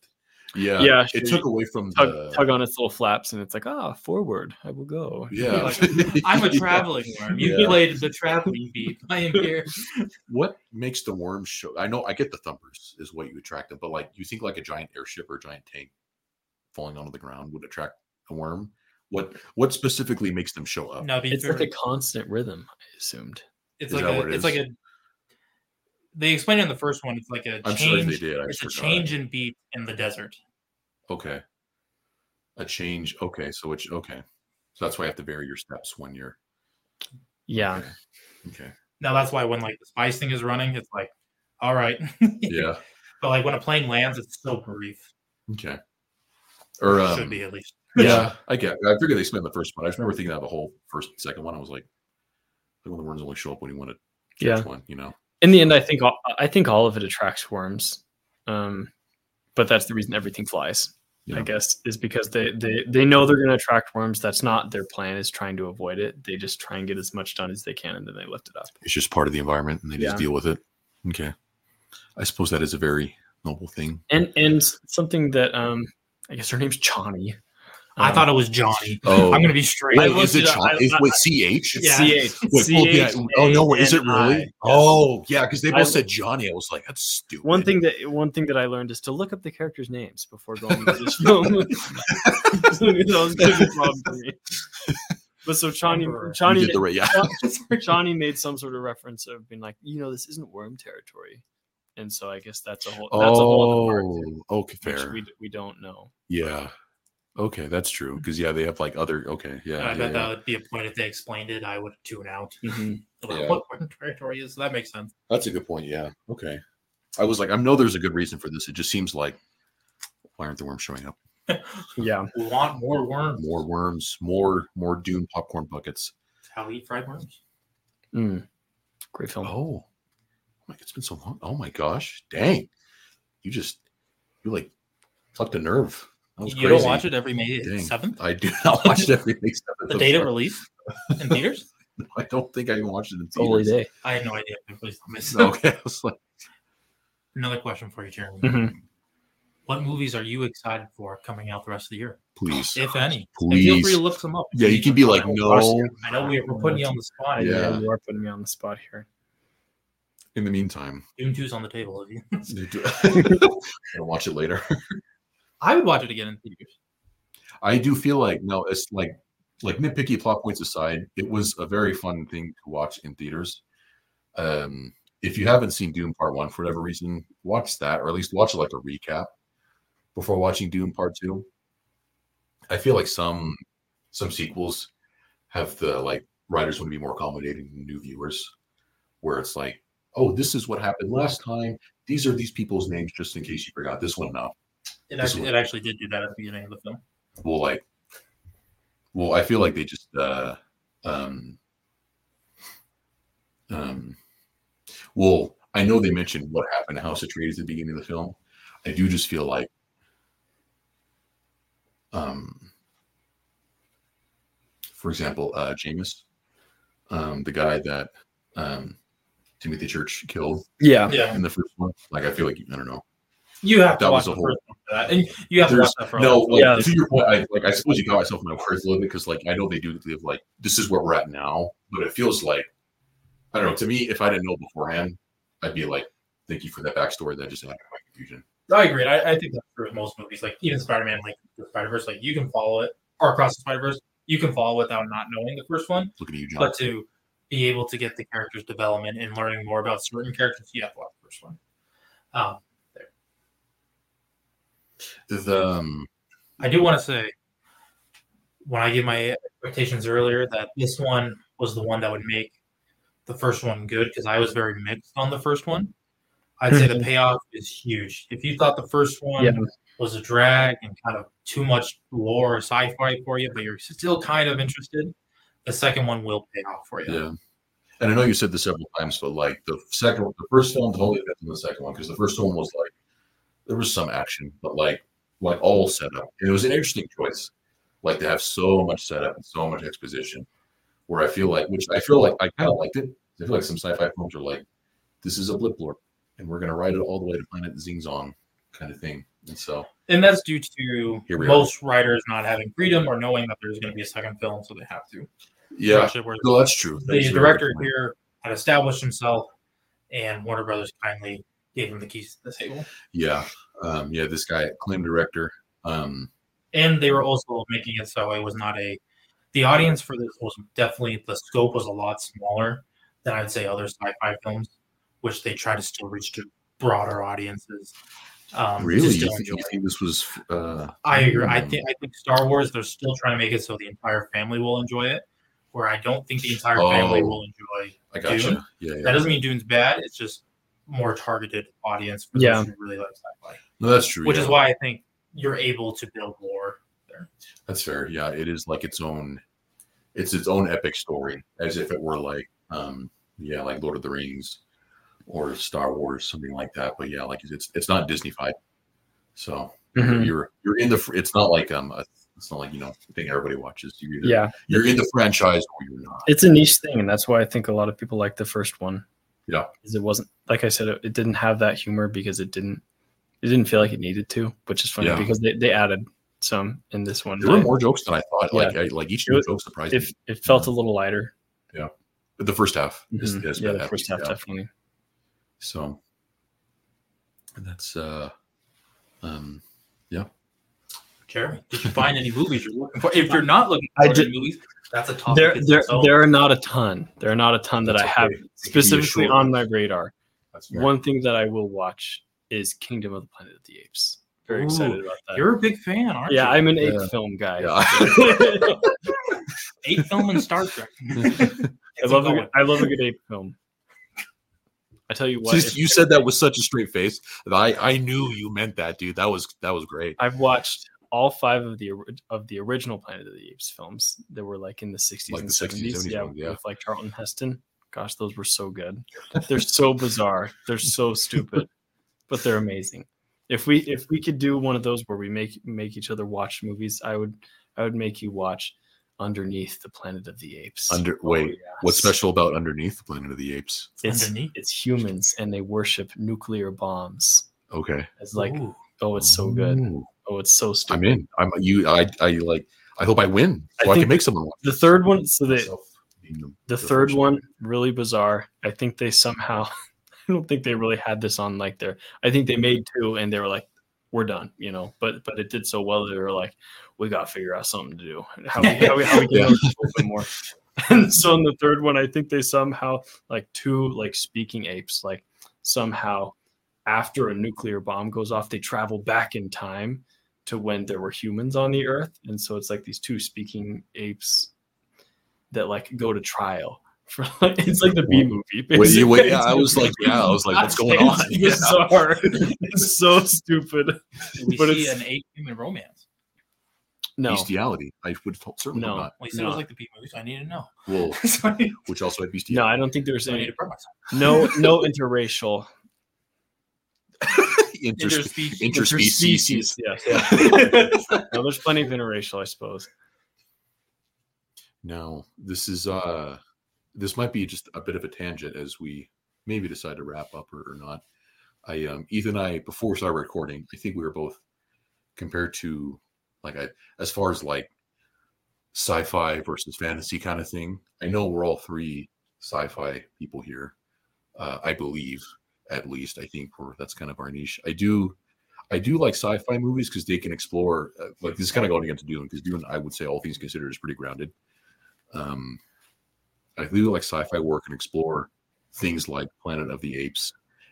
yeah, Yeah, It sure. took away from the tug, tug on its little flaps, and it's like, ah, forward, I will go. yeah. Like, I'm a traveling worm. You Yeah. played the traveling bee. I am here. What makes the worm show? I know I get the thumpers is what you attract them, but like you think like a giant airship or a giant tank falling onto the ground would attract a worm. What what specifically makes them show up? No, be It's like fair. a constant rhythm. I assumed. Is it's like that a, what it it's like is? a. They explained it in the first one. It's like a I'm sure change. they did. I it's a forgot. change in beat in the desert. Okay. A change. Okay, so it's okay. So that's why you have to vary your steps when you're Yeah. okay. Now that's why when like the spice thing is running, it's like, all right. Yeah. But like when a plane lands, it's so brief. Okay. Or um, Should be at least. Yeah, I get. I figured they spent the first one. I just remember thinking that the whole first, second one. I was like, the one the worms only show up when you want to Yeah. catch one. You know. In the end, I think all, I think all of it attracts worms, um, but that's the reason everything flies. Yeah. I guess is because they they they know they're going to attract worms. That's not their plan. Is trying to avoid it. They just try and get as much done as they can, and then they lift it up. it's just part of the environment and they just Yeah. deal with it. Okay. I suppose that is a very noble thing. And and something that um, I guess her name's Johnny. Um, I thought it was Johnny. um, Oh, I'm gonna be straight. wait, I is it looked it up. Sean? I- Is, I- wait, CH? Yeah. C-H- Wait, oh, yeah. oh, no, wait, is it really? C-H-A-N-I. Oh, yeah, because they I- both said Johnny. I was like, that's stupid. One thing that one thing that I learned is to look up the characters' names before going into this film. That was gonna be a problem for me. But so Johnny, Emperor. Johnny Johnny, did the right. Yeah. Johnny made some sort of reference of being like, you know, this isn't worm territory, and so I guess that's a whole that's a whole other part Oh, too, okay, which fair. we d- we don't know. Yeah. Okay, that's true. Because yeah, they have like other. Okay, yeah. Uh, I yeah, bet yeah. that would be a point if they explained it. I would tune out. Mm-hmm. Like, Yeah. What what territory is that? Makes sense. That's a good point. Yeah. Okay. I was like, I know there's a good reason for this. It just seems like why aren't the worms showing up? Yeah, We want more worms. More worms, more more Dune popcorn buckets. That's How we eat fried worms? Mm. great film. Oh, like it's been so long. Oh my gosh, dang! You just you like plucked a nerve. That was You don't crazy. watch it every May Dang. seventh, I do not watch it every week. the date of release in theaters. I don't think I even watched it in Oh, Holy theaters. day. I had no idea. Please don't miss. okay, I was like, Another question for you, Jeremy. Mhm. What movies are you excited for coming out the rest of the year, please, if any? And feel free please. to look them up. Yeah, you can be like, no. I know we- we're putting you on the spot. Yeah. yeah, you are putting me on the spot here. In the meantime, Doom two's on the table. Have you? I'll watch it later. I would watch it again in theaters. I do feel like no, it's like like nitpicky plot points aside, it was a very fun thing to watch in theaters. Um, if you haven't seen Doom Part One for whatever reason, watch that or at least watch like a recap before watching Doom Part Two. I feel like some some sequels have the like writers want to be more accommodating to new viewers, where it's like, oh, this is what happened last time. These are these people's names, just in case you forgot this one. Now It This actually, one. it actually did do that at the beginning of the film. well like well i feel like they just uh um um well i know they mentioned what happened to house of trades at the beginning of the film i do just feel like um for example uh Jameis, um the guy that um timothy church killed Yeah, Yeah, in the first one like i feel like i don't know You have to That watch was the a first one for that, and you have to watch There's that for no, like, Yeah. to your point, I, like I suppose you got myself in my words a little bit because, like, I know they do live like this is where we're at now, but it feels like I don't know. To me, if I didn't know beforehand, I'd be like, "Thank you for that backstory." That just added to my confusion. I agree. and I, I think that's true with most movies. Like even Spider Man, like the Spider Verse, like you can follow it or across the Spider Verse, you can follow without not knowing the first one. Look at you, John. But to be able to get the characters' development and learning more about certain characters, you have to watch the first one. Um, the um, I do want to say when I gave my expectations earlier that this one was the one that would make the first one good because I was very mixed on the first one. I'd say Mm-hmm. the payoff is huge. If you thought the first one Yeah. was a drag and kind of too much lore or sci-fi for you, but you're still kind of interested, the second one will pay off for you. yeah. And I know you said this several times, but like the second, the first film totally different than the second one because the first one was like there was some action, but like like all setup. And it was an interesting choice, like to have so much setup and so much exposition. Where I feel like, which I feel like I kind of liked it. I feel like some sci-fi films are like, this is a blip blurb, and we're gonna ride it all the way to planet Zingzong, kind of thing. And so And that's due to Here we are. most writers not having freedom or knowing that there's going to be a second film, so they have to yeah, rush it. Whereas no, that's true. That's the a very director good point. here had established himself, and Warner Brothers kindly gave him the keys to the table. Yeah, um, yeah, this guy, acclaimed director. Um, And they were also making it so it was not a. The audience for this was definitely the scope was a lot smaller than I'd say other sci-fi films, which they try to still reach to broader audiences. Um, to really, you still think, enjoy you think this was? Uh, I agree. I hmm. think I think Star Wars. They're still trying to make it so the entire family will enjoy it. Where I don't think the entire family Oh. will enjoy. I gotcha. Dune? Yeah, yeah. That doesn't mean Dune's bad. It's just more targeted audience for Yeah. those who really like sci-fi, no, that's true. which yeah. is why I think you're able to build lore. that's fair. Yeah, it is like its own, it's its own epic story, as if it were like, um, yeah, like Lord of the Rings, or Star Wars, something like that. But yeah, like it's it's not Disneyfied. So Mhm. you're you're in the. fr- It's not like um, a, it's not like you know the thing everybody watches. You either Yeah, you're in the franchise or you're not. it's a niche thing, and that's why I think a lot of people like the first one. Yeah. because it wasn't like I said, it, it didn't have that humor because it didn't, it didn't feel like it needed to, which is funny Yeah. because they, they added some in this one. There were more jokes than I thought. Yeah. Like I, like each It new was- joke surprised If me. it felt a little lighter, The first half is, Mhm. has yeah, been the epic, first half yeah. definitely. So that's uh um Jeremy, did you find any movies you're looking for? If you're not looking I for did- any movies, that's a topic. There, in there, itself. there are not a ton. There are not a ton that That's I have okay. It can be a specifically short on my list. radar. that's fair. One thing that I will watch is Kingdom of the Planet of the Apes. Very Ooh, excited about that. You're a big fan, aren't yeah, you? I'm an ape Yeah. film guy. Yeah. eight film and Star Trek. I love a good, I love a good ape film. I tell you what, Just- if- you said that with such a straight face. that I I knew you meant that, dude. That was that was great. I've watched all five of the ori- of the original Planet of the Apes films that were like in the 60s Like and the 60s, 70s, 70s yeah, ones, yeah. with like Charlton Heston. Gosh, those were so good. They're so bizarre. They're so stupid, but they're amazing. If we if we could do one of those where we make make each other watch movies, I would I would make you watch Underneath the Planet of the Apes. Under Oh, wait, what's yes. special about underneath Planet of the Apes? It's, Underneath? it's humans and they worship nuclear bombs. Okay, It's like, oh, it's so good. Oh, it's so stupid. I'm in. I'm you. I I like. I hope I win I so I, think can make someone watch. the third one, so the myself. the The third first one really bizarre. I think they somehow, I don't think they really had this on like their. I think they made two and they were like, we're done, you know. But but it did so well they were like, we gotta figure out something to do. How we, how we, how we can Yeah. make this a little bit more. And so in the third one, I think they somehow like two like speaking apes like somehow after a nuclear bomb goes off, they travel back in time to when there were humans on the earth. And so it's like these two speaking apes that like go to trial for like, it's like the B movie. Wait, you, wait, basically. yeah, I was like, yeah, I was like, what's going on? It's Yeah. bizarre. it's so stupid. we but see it's- an eight human romance. No. Bestiality. I would hope- certainly No. would not. Well, you said it No. was like the B movie, so I need to know. Well, so I need, which also had No, bestiality. I don't think there's so I need to any prep myself. no no interracial Interspe- Interspecies. interspecies. Yes. Yeah. No, there's plenty of interracial, I suppose. Now, this is uh this might be just a bit of a tangent as we maybe decide to wrap up or, or not. I um Ethan and I before we started recording, I think we were both compared to like I as far as like sci-fi versus fantasy kind of thing. I know we're all three sci-fi people here. Uh, I believe at least I think we're that's kind of our niche. I do I do like sci-fi movies because they can explore uh, like this is kind of going against Dune because Dune I would say all things considered is pretty grounded. Um, I do like sci-fi work and explore things like Planet of the Apes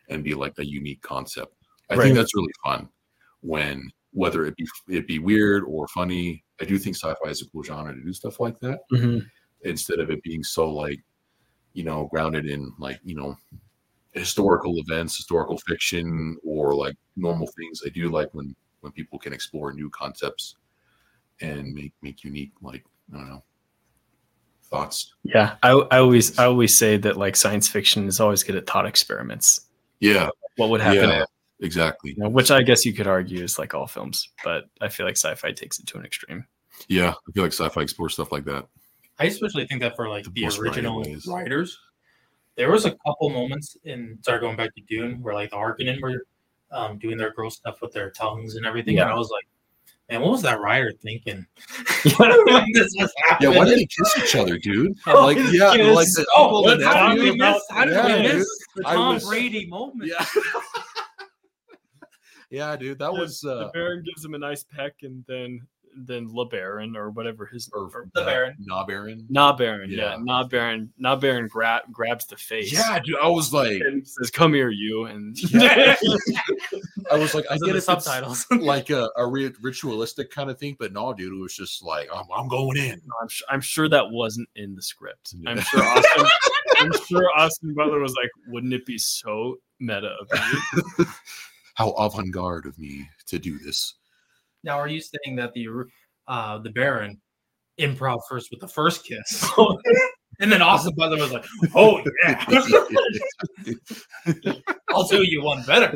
and be like a unique concept. I Right. think that's really fun when whether it be it be weird or funny. I do think sci-fi is a cool genre to do stuff like that Mhm. instead of it being so like you know grounded in like you know historical events historical fiction or like normal things i do like when when people can explore new concepts and make make unique like i don't know thoughts Yeah, I, I always I always say that like science fiction is always good at thought experiments. yeah What would happen? Yeah. exactly You know, which I guess you could argue is like all films, but I feel like sci-fi takes it to an extreme. yeah i feel like sci-fi explores stuff like that I especially think that for like The the bus ride original ways. writers, there was a couple moments in sorry going back to Dune where like the Harkonnen were um, doing their girl stuff with their tongues and everything, and I was like, man, what was that writer thinking? When this was yeah why happening? did they kiss each other dude Oh, like his yeah kiss. like the Oh, uncle well, and how did nephew. we miss? How did Yeah, we dude. miss the I Tom was- Brady moment? yeah yeah dude that was uh Baron gives him a nice peck, and then then LeBaron or whatever his or The Na- Baron. Na Baron. Na Baron, yeah, Yeah. Na Baron, Na Baron grab, grabs the face, Yeah, dude. I was like, and says, "Come here, you." And Yeah. I was like, I Those are get the it. Subtitle. subtitles. Like a, a ri- ritualistic kind of thing, but no, dude, it was just like, I'm, I'm going in. I'm, su- I'm sure that wasn't in the script. I'm Yeah. sure Austin, I'm sure Austin Butler was like, "Wouldn't it be so meta of you?" How avant garde of me to do this. Now, are you saying that the uh, the Baron improv first with the first kiss, and then Austin Butler was like, "Oh yeah, I'll do you one better."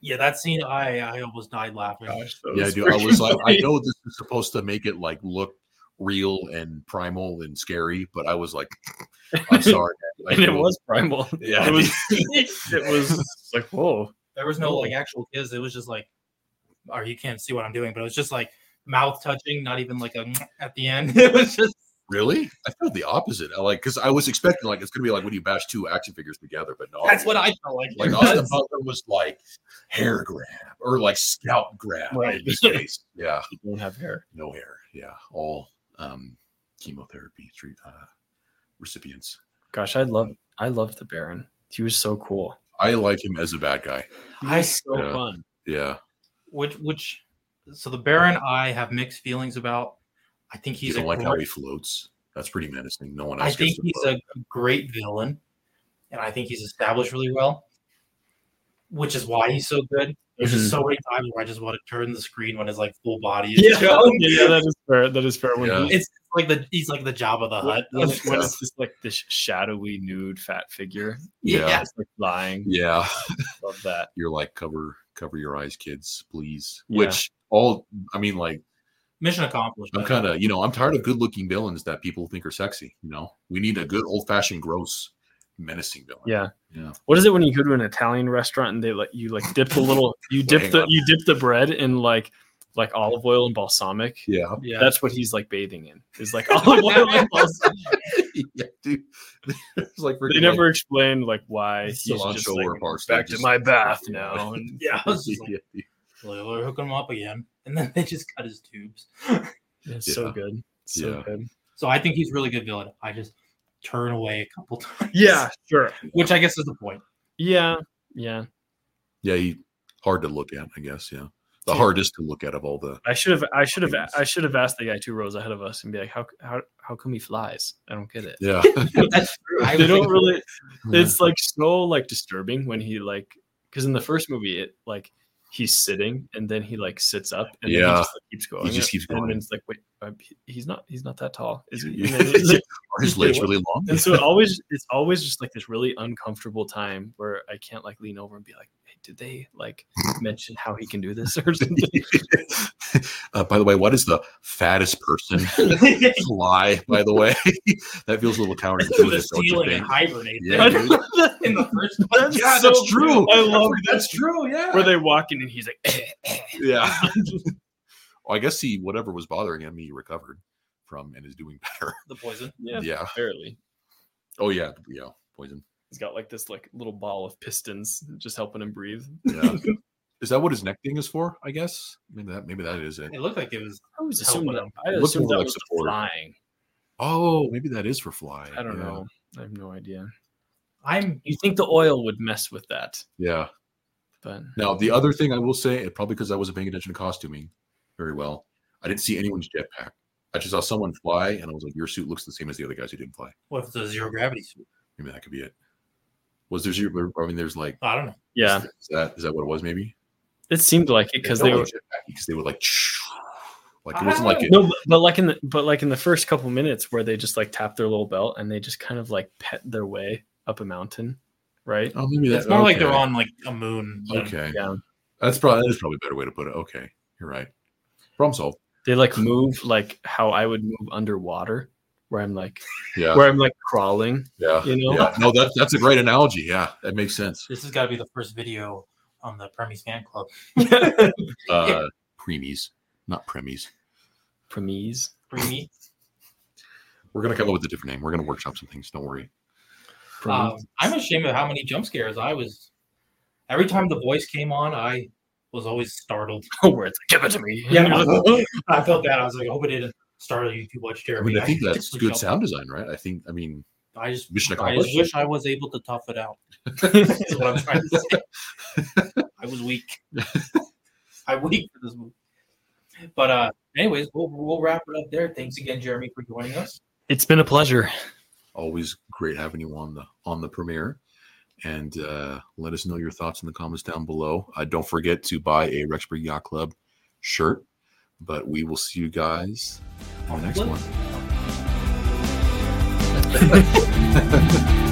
yeah, that scene, I I almost died laughing. that yeah, was dude. I was freaking like, I funny. know this is supposed to make it like look real and primal and scary, but I was like, I'm sorry. man. and I it know- was primal. Yeah, it was. it was like, whoa. There was no like actual kiss. It was just like, or you can't see what I'm doing, but it was just like mouth touching, not even like a at the end. It was just really. I felt the opposite. I like because I was expecting like it's gonna be like when you bash two action figures together, but no. that's what I felt like. Like Austin Butler was like hair grab or like scalp grab Right. in his face. Yeah, You don't have hair. no hair. Yeah, all um, chemotherapy treat uh, recipients. Gosh, I love, I loved the Baron. He was so cool. I like him as a bad guy. He I- was so Yeah. fun. Yeah, which which so the Baron I have mixed feelings about. I think you he's a don't like how great- he floats. That's pretty menacing. No one I else. gets think to he's float. a great villain, and I think he's established really well, which is why he's so good. There's just so many times where I just want to turn the screen when his like full body is Yeah, shown. okay, yeah, that is fair. That is fair. When Yeah. he- It's like the he's like the job of the when, hut. when it- when it's just like this shadowy nude fat figure, yeah. just like lying. yeah. Love that. You're like cover cover your eyes, kids, please. Yeah. Which all I mean, like Mission accomplished. I'm kind of you know I'm tired of good looking villains that people think are sexy. You know, we need a good old fashioned gross menacing villain. Yeah. Yeah. What is it when you go to an Italian restaurant and they let you like dip the little you dip hang the on. you dip the bread in like like olive oil and balsamic? Yeah. yeah. That's what he's like bathing in. Is like olive oil and balsamic. yeah, dude. it's like They freaking never explain like why he's Cilantro just or like, parsley, back to just- my bath now. And yeah, I like- was just like, Yeah, yeah. "Well, they're hooking him up again, and then they just cut his tubes. it's so Yeah. good. So Yeah. good. So I think he's really good villain. I just turn away a couple times. Yeah, sure. which I guess is the point. Yeah. Yeah. Yeah, he, hard to look at, I guess. Yeah, the Yeah. hardest to look at of all the. I should have I should have Things. I should have asked the guy two rows ahead of us and be like, how how how come he flies? I don't get it. Yeah, That's true. I They was don't thinking- really it's like so like disturbing when he like because in the first movie it like he's sitting and then he like sits up and then Yeah. he just like, keeps going he just keeps and going. then it's like wait uh, he- he's not he's not that tall is he and, then it's Yeah. like- Are his legs really long? and so it always it's always just like this really uncomfortable time where I can't like lean over and be like hey did they like mention how he can do this or something? uh, by the way, what is the fattest person fly? By the way, that feels a little counterintuitive. the don't you stealing and think? hibernate Yeah, thing dude. in the first That's yeah, so that's true. I love that's Oh, true. Yeah, where they walk in and he's like, yeah. well, I guess he whatever was bothering him, he recovered from and is doing better. the poison. yeah, yeah. apparently. Oh yeah. Yeah. Poison. He's got like this like little ball of pistons just helping him breathe. Yeah. is that what his neck thing is for? I guess maybe that maybe that is it. It looked like it was I was Helping assuming that, him. I Looks assumed more that like was the support. flying. Oh, maybe that is for flying. I don't yeah. know. I have no idea. I'm You think the oil would mess with that? Yeah. But Now, the other thing I will say, and probably because I wasn't paying attention to costuming very well, I didn't see anyone's jetpack. I just saw someone fly, and I was like, "Your suit looks the same as the other guys who didn't fly." what if it's a zero gravity suit? Maybe that could be it. Was there? zero- I mean, there's like, I don't know. yeah, is that is that what it was? Maybe it seemed like it because they were because they would like, like it wasn't like it. no, but, but like in the but like in the first couple minutes where they just like tap their little belt and they just kind of like pet their way up a mountain, right? Oh, maybe It's that's more like they're on like a moon. than- Okay, Yeah. that's probably that is probably a better way to put it. Okay, you're right. Problem solved. They like move like how I would move underwater, where I'm like Yeah, where I'm like crawling. yeah, you know? yeah. No, that's that's a great analogy. Yeah, that makes sense. This has got to be the first video on the Premies fan club. Uh, premies, not premies. Premise. Premies. We're gonna come up with a different name. We're gonna workshop some things. Don't worry. Um, I'm ashamed of how many jump scares I was. Every time the voice came on, I was always startled. where it's like, give it to me. I felt bad. I was like, I hope it didn't startle you too much, I Jeremy. mean, I think should that's just good jump. sound design, right? I think. I mean, I just, mission I just accomplished. wish I was able to tough it out. That's what I'm trying to say. I was weak. I weak for this movie. But uh, anyways, we'll, we'll wrap it up there. Thanks again, Jeremy, for joining us. It's been a pleasure. Always great having you on the on the premiere. And uh, let us know your thoughts in the comments down below. Uh, don't forget to buy a Rexburg Yacht Club shirt. But we will see you guys on the next one.